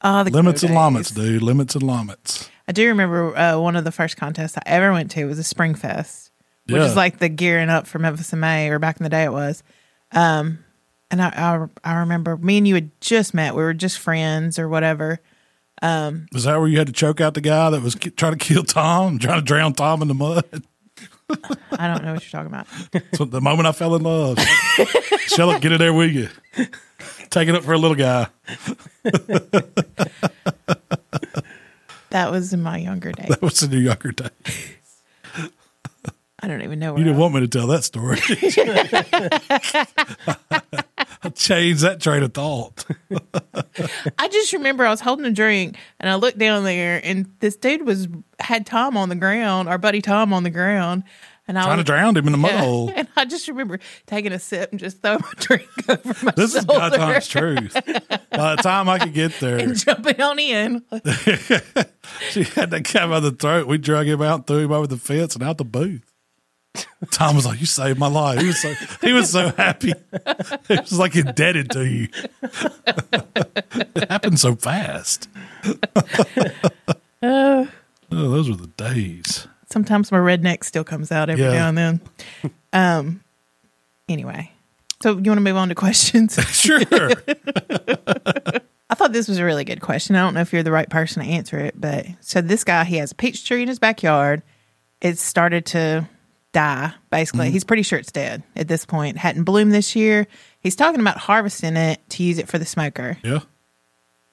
Speaker 3: Oh, the good
Speaker 2: Limits and
Speaker 3: days.
Speaker 2: limits, dude. Limits and limits.
Speaker 3: I do remember uh, one of the first contests I ever went to was a Spring Fest, which
Speaker 2: Yeah.
Speaker 3: is like the gearing up for Memphis in May, or back in the day it was. Um, and I, I, I remember me and you had just met. We were just friends or whatever.
Speaker 2: Is that where you had to choke out the guy that was ki- trying to kill Tom, trying to drown Tom in the mud?
Speaker 3: I don't know what you're talking about.
Speaker 2: So the moment I fell in love, Shella, get in there with you. Taking up for a little guy.
Speaker 3: That was in my younger day.
Speaker 2: That was the New Yorker day.
Speaker 3: I don't even know. Where
Speaker 2: You didn't
Speaker 3: I-
Speaker 2: want me to tell that story. I changed that train of thought.
Speaker 3: I just remember I was holding a drink and I looked down there and this dude was had Tom on the ground, our buddy Tom on the ground, and I
Speaker 2: Trying to
Speaker 3: was,
Speaker 2: drown him in the mud hole.
Speaker 3: and I just remember taking a sip and just throwing my drink over my
Speaker 2: This is
Speaker 3: shoulder
Speaker 2: God's honest truth. By the time I could get there,
Speaker 3: and jumping on in.
Speaker 2: she had that cat by the throat. We drug him out, threw him over the fence, and out the booth. Tom was like, "You saved my life." He was so he was so happy. He was like indebted to you. it happened so fast. oh, those were the days.
Speaker 3: Sometimes my redneck still comes out every
Speaker 2: Yeah.
Speaker 3: now and then. Um. Anyway, so you want to move on to questions?
Speaker 2: Sure.
Speaker 3: I thought this was a really good question. I don't know if you're the right person to answer it, but so this guy, he has a peach tree in his backyard. It's started to die, basically.
Speaker 2: Mm-hmm.
Speaker 3: He's pretty sure it's dead at this point. Hadn't bloomed this year. He's talking about harvesting it to use it for the smoker.
Speaker 2: yeah.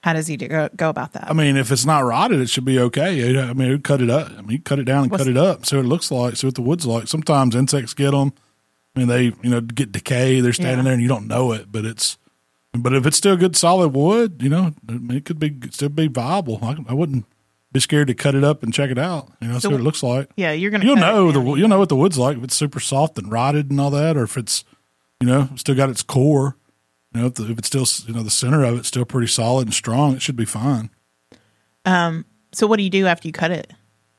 Speaker 3: How does he do, go, go about that?
Speaker 2: I mean, if it's not rotted, it should be okay. You know, I mean, you cut it up. I mean, you cut it down and
Speaker 3: What's-
Speaker 2: cut it up. See what it looks like. See what the wood's like. Sometimes insects get them. I mean, they you know get decay. They're standing
Speaker 3: Yeah.
Speaker 2: there and you don't know it, but it's. But if it's still good solid wood, you know, I mean, it could be still be viable. I, I wouldn't be scared to cut it up and check it out. You know, see what it looks like.
Speaker 3: yeah, you're going to
Speaker 2: You'll know the you'll know what the wood's like if it's super soft and rotted and all that, or if it's you know still got its core. You know, if, the, if it's still you know the center of it's still pretty solid and strong, it should be fine.
Speaker 3: So, what do you do after you cut it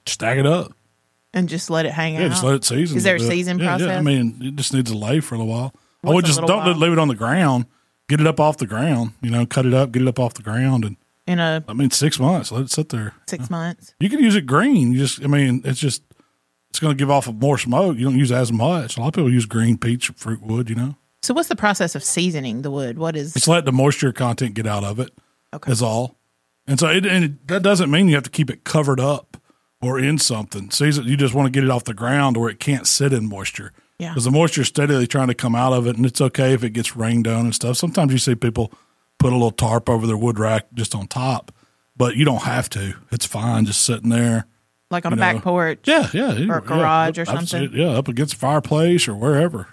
Speaker 2: Stack it up.
Speaker 3: and just let it hang
Speaker 2: Yeah,
Speaker 3: out?
Speaker 2: just let it season.
Speaker 3: Is there a
Speaker 2: little bit.
Speaker 3: season
Speaker 2: Yeah, Yeah, I
Speaker 3: process?
Speaker 2: mean, it just needs to lay for a little while. I
Speaker 3: What's
Speaker 2: would
Speaker 3: a
Speaker 2: just
Speaker 3: little
Speaker 2: don't
Speaker 3: while?
Speaker 2: leave it on the ground. Get it up off the ground. You know, cut it up, get it up off the ground, and
Speaker 3: In a
Speaker 2: I mean, six months. Let it sit there.
Speaker 3: six months?
Speaker 2: You can use it green. You just, I mean, it's just it's going to give off more smoke. You don't use as much. A lot of people use green peach fruit wood. You know,
Speaker 3: So, what's the process of seasoning the wood? What is.
Speaker 2: just let the moisture content get out of it.
Speaker 3: Okay.
Speaker 2: Is all. And so, it, and it, that doesn't mean you have to keep it covered up or in something. Season, you just want to get it off the ground where it can't sit in moisture.
Speaker 3: Yeah.
Speaker 2: Because the moisture's steadily trying to come out of it, and it's okay if it gets rained on and stuff. Sometimes you see people put a little tarp over their wood rack just on top, but you don't have to. It's fine just sitting there.
Speaker 3: Like on a
Speaker 2: you know,
Speaker 3: back porch?
Speaker 2: Yeah, yeah.
Speaker 3: Or
Speaker 2: yeah.
Speaker 3: a garage
Speaker 2: I've
Speaker 3: or
Speaker 2: seen
Speaker 3: something.
Speaker 2: it, yeah, up against a fireplace or wherever.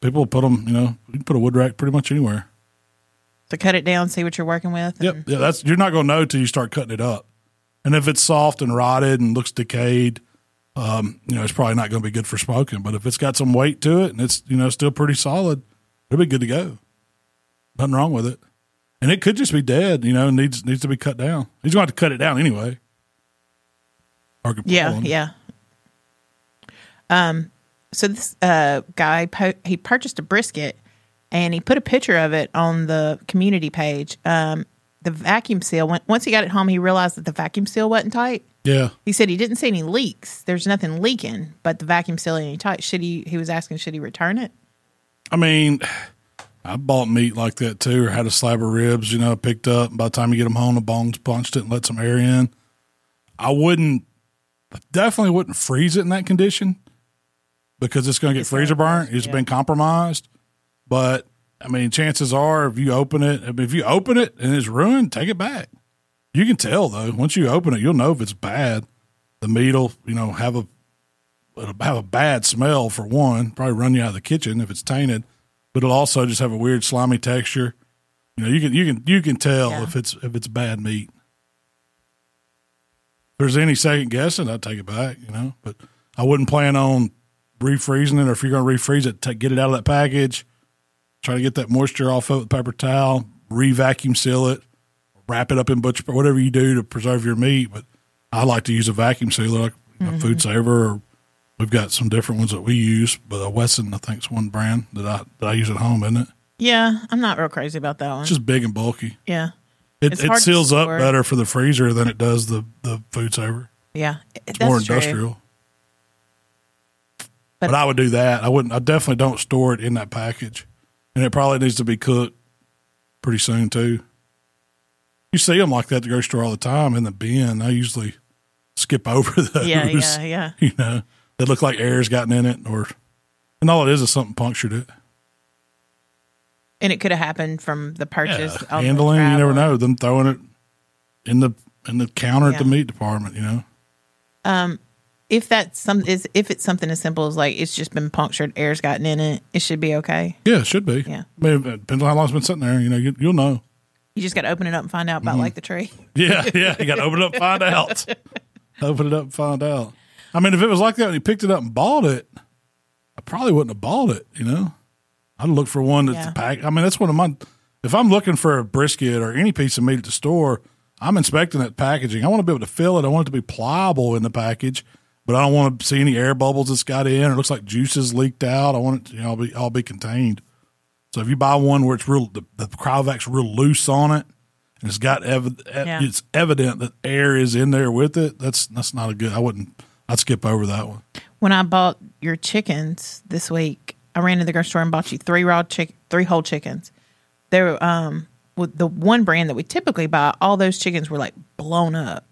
Speaker 2: People put them, you know, you can put a wood rack pretty much anywhere.
Speaker 3: So, cut it down, see what you're working with? and-
Speaker 2: Yep. Yeah, that's you're not gonna know till you start cutting it up. And if it's soft and rotted and looks decayed, um, you know, it's probably not gonna be good for smoking. But if it's got some weight to it and it's, you know, still pretty solid, it'll be good to go. Nothing wrong with it. And it could just be dead, you know, and needs needs to be cut down. He's gonna have to cut it down anyway. Or could
Speaker 3: Yeah,
Speaker 2: pull him.
Speaker 3: yeah. Um, so this uh, guy po- he purchased a brisket, and he put a picture of it on the community page. Um, the vacuum seal. When, once he got it home, he realized that the vacuum seal wasn't tight.
Speaker 2: Yeah.
Speaker 3: He said he didn't see any leaks. There's nothing leaking, but the vacuum seal ain't tight. Should he? He was asking, should he return it?
Speaker 2: I mean, I bought meat like that too, or had a slab of ribs, you know, picked up. By the time you get them home, the bones punched it and let some air in. I wouldn't, I definitely wouldn't freeze it in that condition because it's going to get freezer burnt. It's been compromised. But I mean, chances are, if you open it, I mean, if you open it and it's ruined, take it back. You can tell though. Once you open it, you'll know if it's bad. The meat'll, you know, have a it'll have a bad smell for one, probably run you out of the kitchen if it's tainted, but it'll also just have a weird slimy texture. You know, you can you can you can tell
Speaker 3: Yeah.
Speaker 2: if it's if it's bad meat. If there's any second guessing, I'd take it back, you know, but I wouldn't plan on refreezing it or if you're going to refreeze it, take, get it out of that package, try to get that moisture off of it with paper towel, re-vacuum seal it, wrap it up in butcher paper, whatever you do to preserve your meat. But I like to use a vacuum sealer, like you know,
Speaker 3: Mm-hmm.
Speaker 2: Food Saver. Or we've got some different ones that we use, but uh, Wesson I think's one brand that I that I use at home, isn't it?
Speaker 3: Yeah, I'm not real crazy about that one.
Speaker 2: It's just big and bulky.
Speaker 3: yeah,
Speaker 2: It,
Speaker 3: It's
Speaker 2: it
Speaker 3: hard to
Speaker 2: seals up
Speaker 3: store.
Speaker 2: better for the freezer than it does the the Food Saver.
Speaker 3: yeah, that's
Speaker 2: It's more
Speaker 3: true.
Speaker 2: industrial.
Speaker 3: But-
Speaker 2: But, I would do that. I wouldn't. I definitely don't store it in that package, and it probably needs to be cooked pretty soon too. You see them like that at the grocery store all the time in the bin. I usually skip over those.
Speaker 3: Yeah, yeah, yeah.
Speaker 2: You know, they look like air's gotten in it, or and all it is is something punctured it.
Speaker 3: and it could have happened from the purchase.
Speaker 2: Yeah,
Speaker 3: of the
Speaker 2: handling, you never
Speaker 3: travel.
Speaker 2: know. Them throwing it in the in the counter at the
Speaker 3: Yeah.
Speaker 2: meat department, you know.
Speaker 3: If that's some is if it's something as simple as like it's just been punctured, air's gotten in it, it should be okay.
Speaker 2: Yeah, it should be.
Speaker 3: Yeah.
Speaker 2: I mean, it depends on how long it's been sitting there. You know, you, you'll know.
Speaker 3: You just got to open it up and find out
Speaker 2: Mm-hmm.
Speaker 3: about like the tree.
Speaker 2: Yeah, yeah. You got to open it up, and find out. Open it up, and find out. I mean, if it was like that, and you picked it up and bought it, I probably wouldn't have bought it. You know, I'd look for one that's
Speaker 3: Yeah.
Speaker 2: packed. I mean, that's one of my. If I'm looking for a brisket or any piece of meat at the store, I'm inspecting that packaging. I want to be able to fill it. I want it to be pliable in the package, but I don't want to see any air bubbles that's got in. It looks like juices leaked out. I want it. To, you know, I'll be I'll be contained. So if you buy one where it's real, the, the cryovac's real loose on it, and it's got ev- e-
Speaker 3: Yeah.
Speaker 2: it's evident that air is in there with it. That's that's not a good. I wouldn't. I'd skip over that one.
Speaker 3: When I bought your chickens this week, I ran to the grocery store and bought you three raw chick, three whole chickens. They're um with the one brand that we typically buy. All those chickens were like blown up.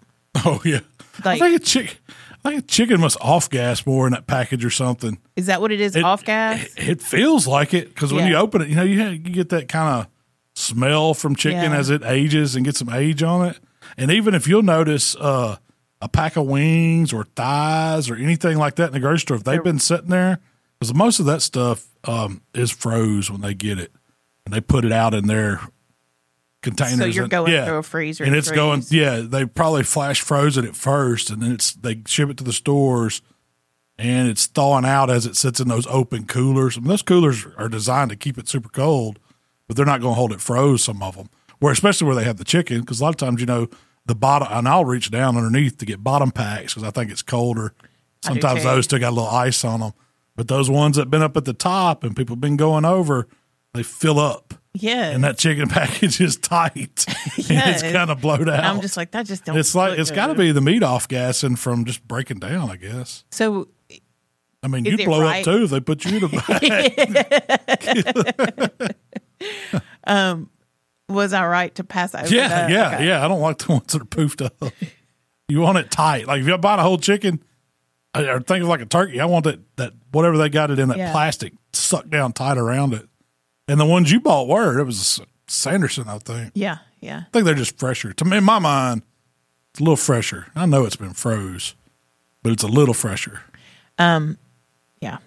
Speaker 2: Oh yeah,
Speaker 3: Like-
Speaker 2: I think a chick. I think a chicken must off gas more in that package or something.
Speaker 3: Is that what it is?
Speaker 2: It-
Speaker 3: off gas.
Speaker 2: It, it feels like it because when you
Speaker 3: Yeah.
Speaker 2: open it, you know you, ha- you get that kind of smell from chicken
Speaker 3: Yeah.
Speaker 2: as it ages and get some age on it. And even if you'll notice uh, a pack of wings or thighs or anything like that in the grocery store, if they've been sitting there, because most of that stuff um, is froze when they get it and they put it out in their containers.
Speaker 3: So you're
Speaker 2: and-
Speaker 3: going
Speaker 2: yeah.
Speaker 3: through a freezer
Speaker 2: and
Speaker 3: to
Speaker 2: it's going.
Speaker 3: freeze.
Speaker 2: Yeah, they probably flash frozen it first, and then it's they ship it to the stores, and it's thawing out as it sits in those open coolers. I mean, those coolers are designed to keep it super cold, but they're not going to hold it froze. Some of them, where especially where they have the chicken, because a lot of times you know the bottom, and I'll reach down underneath to get bottom packs because I think it's colder.
Speaker 3: I do
Speaker 2: Sometimes
Speaker 3: too.
Speaker 2: those still got a little ice on them, but those ones that been up at the top and people been going over, they fill up.
Speaker 3: Yeah.
Speaker 2: And that chicken package is tight. and it's
Speaker 3: Yes.
Speaker 2: kind of blowed out.
Speaker 3: And I'm just like that. Just don't.
Speaker 2: it's like
Speaker 3: look
Speaker 2: it's got to
Speaker 3: good.
Speaker 2: be the meat off gassing from just breaking down. I guess.
Speaker 3: So
Speaker 2: I mean,
Speaker 3: Is
Speaker 2: you
Speaker 3: it
Speaker 2: blow
Speaker 3: right?
Speaker 2: up too if they put you in a bag.
Speaker 3: was I right to pass over?
Speaker 2: yeah,
Speaker 3: that?
Speaker 2: yeah,
Speaker 3: Okay.
Speaker 2: yeah. I don't like the ones that are poofed up. You want it tight. Like if you're buying a whole chicken, I- or think of like a turkey. I want that that whatever they got it in that
Speaker 3: Yeah.
Speaker 2: plastic sucked down tight around it. And the ones you bought were it was Sanderson, I think.
Speaker 3: yeah, yeah.
Speaker 2: I think they're just fresher. To me, in my mind, it's a little fresher. I know it's been froze, but it's a little fresher.
Speaker 3: Yeah.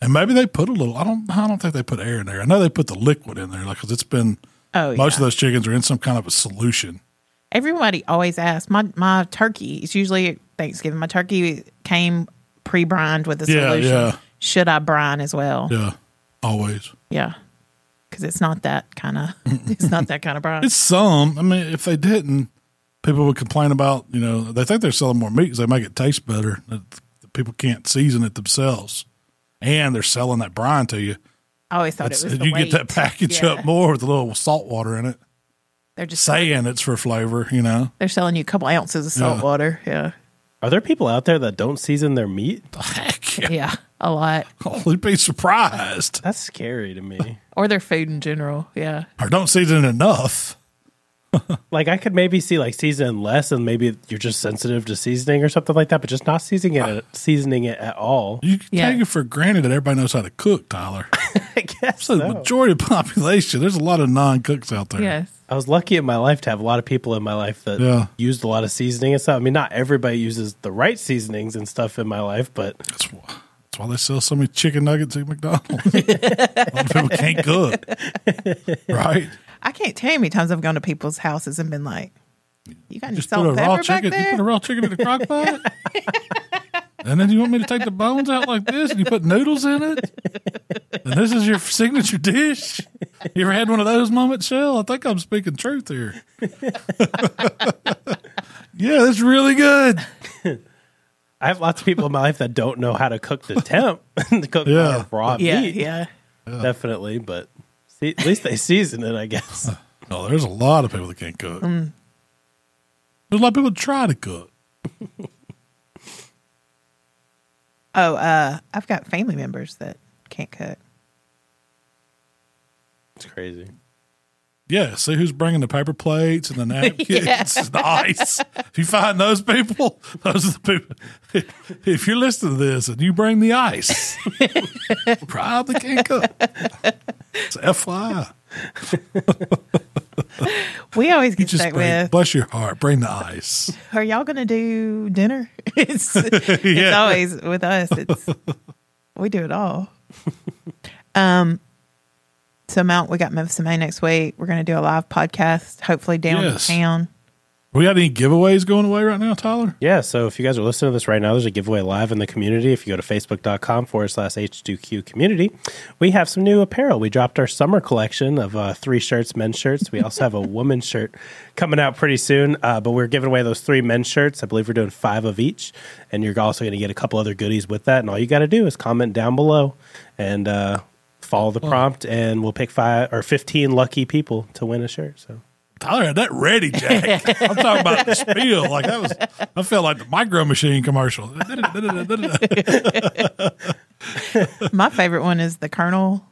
Speaker 2: And maybe they put a little. I don't. I don't think they put air in there. I know they put the liquid in there, like because it's been.
Speaker 3: Oh,
Speaker 2: most
Speaker 3: yeah.
Speaker 2: of those chickens are in some kind of a solution.
Speaker 3: Everybody always asks my my turkey. It's usually Thanksgiving. My turkey came pre-brined with a
Speaker 2: Yeah,
Speaker 3: solution.
Speaker 2: yeah.
Speaker 3: Should I brine as well?
Speaker 2: Yeah, always.
Speaker 3: Yeah, because it's not that kind of. it's not that kind of brine.
Speaker 2: It's some. I mean, if they didn't, people would complain about. You know, they think they're selling more meat because they make it taste better. That the People can't season it themselves, and they're selling that brine to you.
Speaker 3: I always thought it
Speaker 2: That's-
Speaker 3: was. The
Speaker 2: you
Speaker 3: weight.
Speaker 2: get that package
Speaker 3: Yeah.
Speaker 2: up more with a little salt water in it,
Speaker 3: They're just
Speaker 2: saying it's for flavor. You know,
Speaker 3: they're selling you a couple ounces of salt
Speaker 2: Yeah.
Speaker 3: water. Yeah,
Speaker 4: Are there people out there that don't season their meat?
Speaker 2: heck, yeah.
Speaker 3: yeah, a lot.
Speaker 2: I'd be surprised.
Speaker 4: That's scary to me.
Speaker 3: Or their food in general. Yeah,
Speaker 2: Or don't season it enough.
Speaker 4: like I could maybe see like season less, and maybe you're just sensitive to seasoning or something like that. But just not seasoning it, seasoning it at all.
Speaker 2: Ah. You can
Speaker 3: Yeah.
Speaker 2: take it for granted that everybody knows how to cook, Tyler.
Speaker 4: I guess
Speaker 2: So the
Speaker 4: so.
Speaker 2: majority of the population, there's a lot of non cooks out there.
Speaker 3: yes.
Speaker 4: I was lucky in my life to have a lot of people in my life that
Speaker 2: Yeah.
Speaker 4: used a lot of seasoning and stuff. I mean, not everybody uses the right seasonings and stuff in my life, but
Speaker 2: That's why, that's why they sell so many chicken nuggets at McDonald's. a lot of people can't cook. Right?
Speaker 3: I can't tell you how many times I've gone to people's houses and been like, "You got any
Speaker 2: Just
Speaker 3: salt
Speaker 2: put a
Speaker 3: and
Speaker 2: raw
Speaker 3: pepper back
Speaker 2: chicken you
Speaker 3: there?"
Speaker 2: put a raw chicken in the crock pot. and then you want me to take the bones out like this and you put noodles in it? And this is your signature dish? You ever had one of those moments, Shell? I think I'm speaking truth here. yeah, that's really good.
Speaker 4: I have lots of people in my life that don't know how to cook the temp and to cook
Speaker 2: Yeah.
Speaker 4: raw
Speaker 3: yeah,
Speaker 4: meat.
Speaker 3: yeah.
Speaker 4: Definitely, but see, at least they season it, I guess.
Speaker 2: No, Oh, there's a lot of people that can't cook.
Speaker 3: Mm.
Speaker 2: There's a lot of people that try to cook.
Speaker 3: Oh, uh, I've got family members that can't cook.
Speaker 4: It's crazy.
Speaker 2: Yeah, see who's bringing the paper plates and the napkins and the ice. If you find those people, those are the people. If you're listening to this and you bring the ice, you probably can't cook. It's FYI.
Speaker 3: We always
Speaker 2: You
Speaker 3: get
Speaker 2: just
Speaker 3: stuck
Speaker 2: bring,
Speaker 3: with,
Speaker 2: bless your heart. Bring the ice.
Speaker 3: "Are y'all going to do dinner?" it's, it's always with us. It's we do it all. Um. So Mount, we got Memphis in May next week. We're going to do a live podcast, hopefully
Speaker 2: Yes.
Speaker 3: downtown.
Speaker 2: We got any giveaways going away right now, Tyler?
Speaker 4: Yeah, so if you guys are listening to this right now, there's a giveaway live in the community. If you go to facebook.com forward slash H2Q community, we have some new apparel. We dropped our summer collection of uh, three shirts, men's shirts. We also have a woman's shirt coming out pretty soon, uh, but we're giving away those three men's shirts. I believe we're doing five of each, and you're also going to get a couple other goodies with that. And all you got to do is comment down below and uh, follow the prompt, and we'll pick five or 15 lucky people to win a shirt. So.
Speaker 2: Tyler had that ready, Jack. I'm talking about the spiel. Like that was, I felt like the micro machine commercial.
Speaker 3: My favorite one is the Colonel,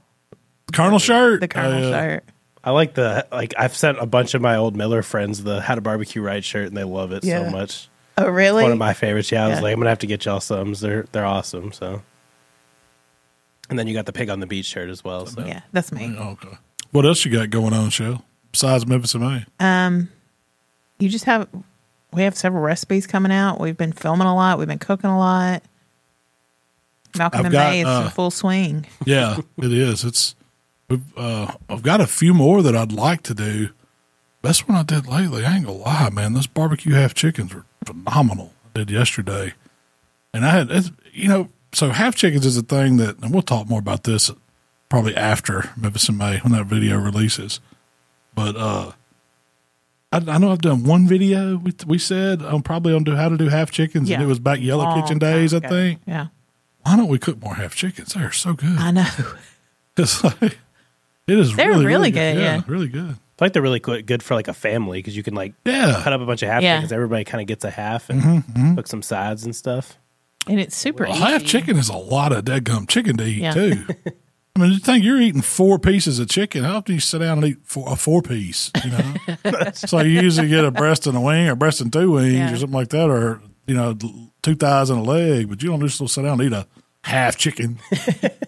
Speaker 2: Colonel shirt.
Speaker 3: the Colonel
Speaker 2: Uh,
Speaker 3: shirt.
Speaker 4: I like the like I've sent a bunch of my old Miller friends the How to Barbecue Right shirt and they love it
Speaker 3: Yeah.
Speaker 4: so much.
Speaker 3: Oh,
Speaker 4: It's
Speaker 3: really?
Speaker 4: One of my favorites. Yeah, I was
Speaker 3: Yeah.
Speaker 4: like, I'm gonna have to get y'all some. They're they're awesome. So, and then you got the pig on the beach shirt as well. So
Speaker 3: yeah, that's me.
Speaker 2: Okay. What else you got going on, Shell? Besides Memphis and May.
Speaker 3: you just have we have several recipes coming out. We've been filming a lot. We've been cooking a lot. Malcolm
Speaker 2: I've
Speaker 3: and
Speaker 2: got,
Speaker 3: May is
Speaker 2: uh,
Speaker 3: in full swing.
Speaker 2: Yeah, it is. It's we've, uh, I've got a few more that I'd like to do. Best one I did lately. I ain't gonna lie, man. Those barbecue half chickens were phenomenal. I did yesterday, and I had it's, you know so half chickens is a thing that and we'll talk more about this probably after Memphis and May when that video releases. But uh, I, I know I've done one video. We, we said um, probably on do how to do half chickens,
Speaker 3: Yeah.
Speaker 2: and it was back Yellow
Speaker 3: Long
Speaker 2: Kitchen
Speaker 3: time
Speaker 2: days. I
Speaker 3: ago.
Speaker 2: think.
Speaker 3: Yeah,
Speaker 2: Why don't we cook more half chickens? They are so good.
Speaker 3: I know.
Speaker 2: It's like it is.
Speaker 3: They're
Speaker 2: really,
Speaker 3: really good, yeah.
Speaker 2: really good.
Speaker 4: I like they're really good, good for like a family because you can like cut
Speaker 2: Yeah, Mm-hmm,
Speaker 4: up a bunch of half
Speaker 3: Yeah.
Speaker 4: because everybody kind of gets a half and cook some sides and stuff.
Speaker 3: And it's super
Speaker 2: a
Speaker 3: easy.
Speaker 2: half chicken is a lot of dadgum chicken to eat
Speaker 3: Yeah.
Speaker 2: too. I mean, you think you're eating four pieces of chicken? How often do you sit down and eat four, a four piece? You know, so you usually get a breast and a wing, or breast and two wings,
Speaker 3: Yeah.
Speaker 2: or something like that, or you know, two thighs and a leg. But you don't just sit down and eat a half chicken.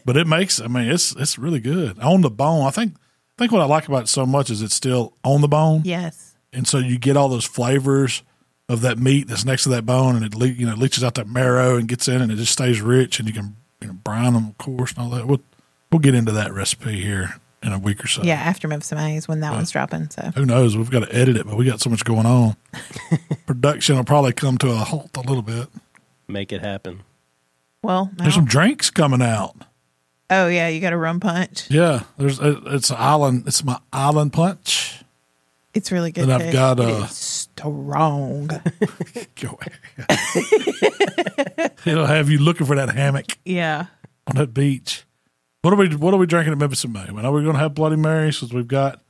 Speaker 2: but it makes. I mean, it's it's really good on the bone. I think. I think what I like about it so much is it's still on the bone.
Speaker 3: Yes.
Speaker 2: and so you get all those flavors of that meat that's next to that bone, and it le- you know leaches out that marrow and gets in, and it just stays rich, and you can you know, brine them, of course, and all that. We'll we'll get into that recipe here in a week or so.
Speaker 3: Yeah, after Memphis and May is when that one's dropping. So
Speaker 2: Who knows? We've got to edit it, but we got so much going on. Production will probably come to a halt a little bit.
Speaker 4: Make it happen.
Speaker 3: well,
Speaker 2: There's some
Speaker 3: Mal-
Speaker 2: drinks coming out.
Speaker 3: oh yeah, you got a rum punch.
Speaker 2: Yeah, there's it- it's an island. It's my island punch.
Speaker 3: It's really good.
Speaker 2: Then I've
Speaker 3: too.
Speaker 2: got,
Speaker 3: It
Speaker 2: uh,
Speaker 3: is strong.
Speaker 2: Go ahead. It'll have you looking for that hammock.
Speaker 3: yeah.
Speaker 2: on that beach. What are we What are we drinking at Memphis in May? I mean, are we going to have Bloody Marys? Because we've got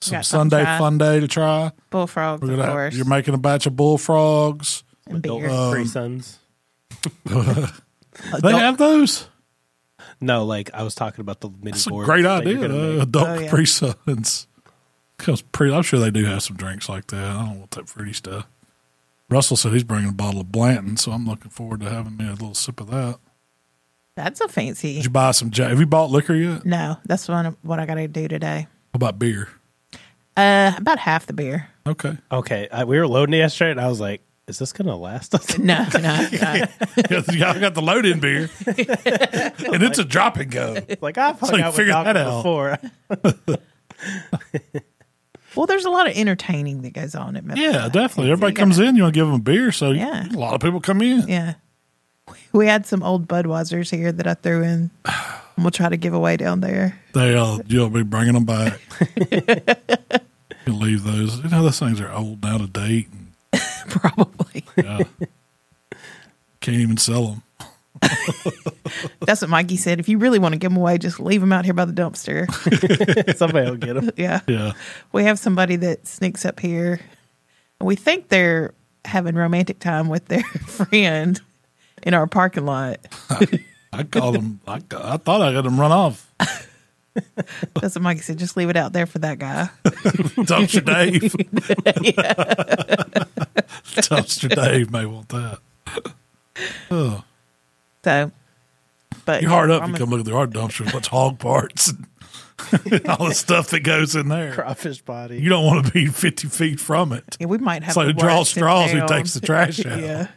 Speaker 2: some
Speaker 3: got something
Speaker 2: Sunday
Speaker 3: to try.
Speaker 2: fun day to try.
Speaker 3: Bullfrogs,
Speaker 2: We're
Speaker 3: of
Speaker 2: gonna have,
Speaker 3: course.
Speaker 2: you're making a batch of bullfrogs.
Speaker 3: and beer.
Speaker 2: Um,
Speaker 4: Adult free sons.
Speaker 2: uh, They have those.
Speaker 4: No, like I was talking about the mini
Speaker 2: That's a
Speaker 4: boards
Speaker 2: great
Speaker 4: that you're
Speaker 2: idea.
Speaker 4: gonna
Speaker 2: Uh,
Speaker 4: make.
Speaker 2: adult
Speaker 3: Oh, yeah.
Speaker 2: Capri Suns. 'Cause pre, I'm sure they do have some drinks like that. I don't want that fruity stuff. Russell said he's bringing a bottle of Blanton, so I'm looking forward to having me a little sip of that.
Speaker 3: That's a fancy.
Speaker 2: Did you buy some? Jack? Have you bought liquor yet? How
Speaker 3: No, that's one what I got to do today.
Speaker 2: about beer?
Speaker 3: Uh, about half the beer.
Speaker 2: Okay.
Speaker 4: Okay, I, we were loading it yesterday, and I was like, "Is this gonna last?" us?"
Speaker 3: No, no, no.
Speaker 2: Y'all got the load in beer, and it's a drop and go.
Speaker 4: like I've hung
Speaker 2: So you
Speaker 4: out with
Speaker 2: figured that
Speaker 4: Malcolm
Speaker 2: out.
Speaker 4: before.
Speaker 3: Well, there's a lot of entertaining that goes on at Memphis.
Speaker 2: Yeah, definitely. Everybody
Speaker 3: you
Speaker 2: comes in, you want to give them a beer. So
Speaker 3: Yeah.
Speaker 2: a lot of people come in.
Speaker 3: Yeah. We had some old Budweisers here that I threw in. And we'll try to give away down there.
Speaker 2: They all, you'll be bringing them back. you leave those. You know, those things are old and out of date. And
Speaker 3: Probably.
Speaker 2: can't even sell them.
Speaker 3: That's what Mikey said. If you really want to give them away, just leave them out here by the dumpster.
Speaker 4: Somebody will get them.
Speaker 3: Yeah.
Speaker 2: Yeah.
Speaker 3: We have somebody that sneaks up here. And we think they're having romantic time with their friend in our parking lot.
Speaker 2: I called them, I, ca- I thought I had them run off.
Speaker 3: That's what Mikey said. Just leave it out there for that guy.
Speaker 2: Dumpster Dave. Dumpster Dave may want that. Oh,
Speaker 3: So But
Speaker 2: You're hard
Speaker 3: yeah,
Speaker 2: up.
Speaker 3: I'm
Speaker 2: You
Speaker 3: a-
Speaker 2: come look at the hard dumpster. What's hog parts? And all the stuff that goes in there.
Speaker 4: crawfish body.
Speaker 2: You don't want to be 50 feet from it.
Speaker 3: yeah, we might have
Speaker 2: It's like
Speaker 3: the
Speaker 2: who draws
Speaker 3: worst in
Speaker 2: straws who
Speaker 3: town.
Speaker 2: takes the trash out.
Speaker 3: yeah.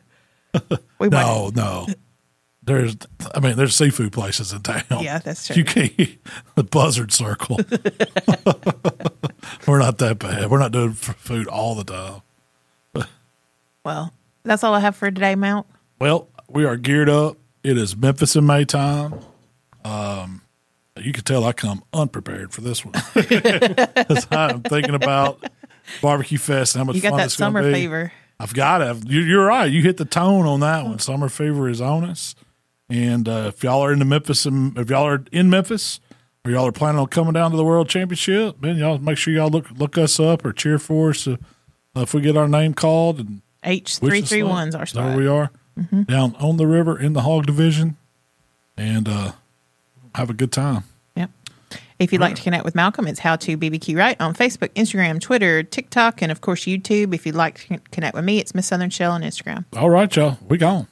Speaker 3: We might
Speaker 2: No, no. There's, I mean, there's seafood places in town.
Speaker 3: Yeah, that's true.
Speaker 2: You can't, the buzzard circle. We're not that bad. We're not doing f- food all the time.
Speaker 3: Well, that's all I have for today, Mount.
Speaker 2: Well, we are geared up. It is Memphis in May time. Um, you can tell I come unprepared for this one. 'Cause I'm thinking about barbecue fest and how much
Speaker 3: You got
Speaker 2: fun
Speaker 3: that
Speaker 2: it's gonna
Speaker 3: summer
Speaker 2: be.
Speaker 3: fever.
Speaker 2: I've got it. You- You're right. You hit the tone on that one. Summer fever is on us. And uh, if y'all are in the Memphis, if y'all are in Memphis, or y'all are planning on coming down to the World Championship, man, y'all make sure y'all look look us up or cheer for us uh, if we get our name called. And
Speaker 3: H
Speaker 2: wish
Speaker 3: three
Speaker 2: us
Speaker 3: three
Speaker 2: luck.
Speaker 3: one's our
Speaker 2: There
Speaker 3: spot. Mm-hmm.
Speaker 2: we are down on the river in the Hog Division, and uh, have a good time.
Speaker 3: Yep. If you'd like to connect with Malcolm, it's How to BBQ Right on Facebook, Instagram, Twitter, TikTok, and of course YouTube. If you'd like to con- connect with me, it's Miss Southern Shell on Instagram.
Speaker 2: All right, y'all. We gone.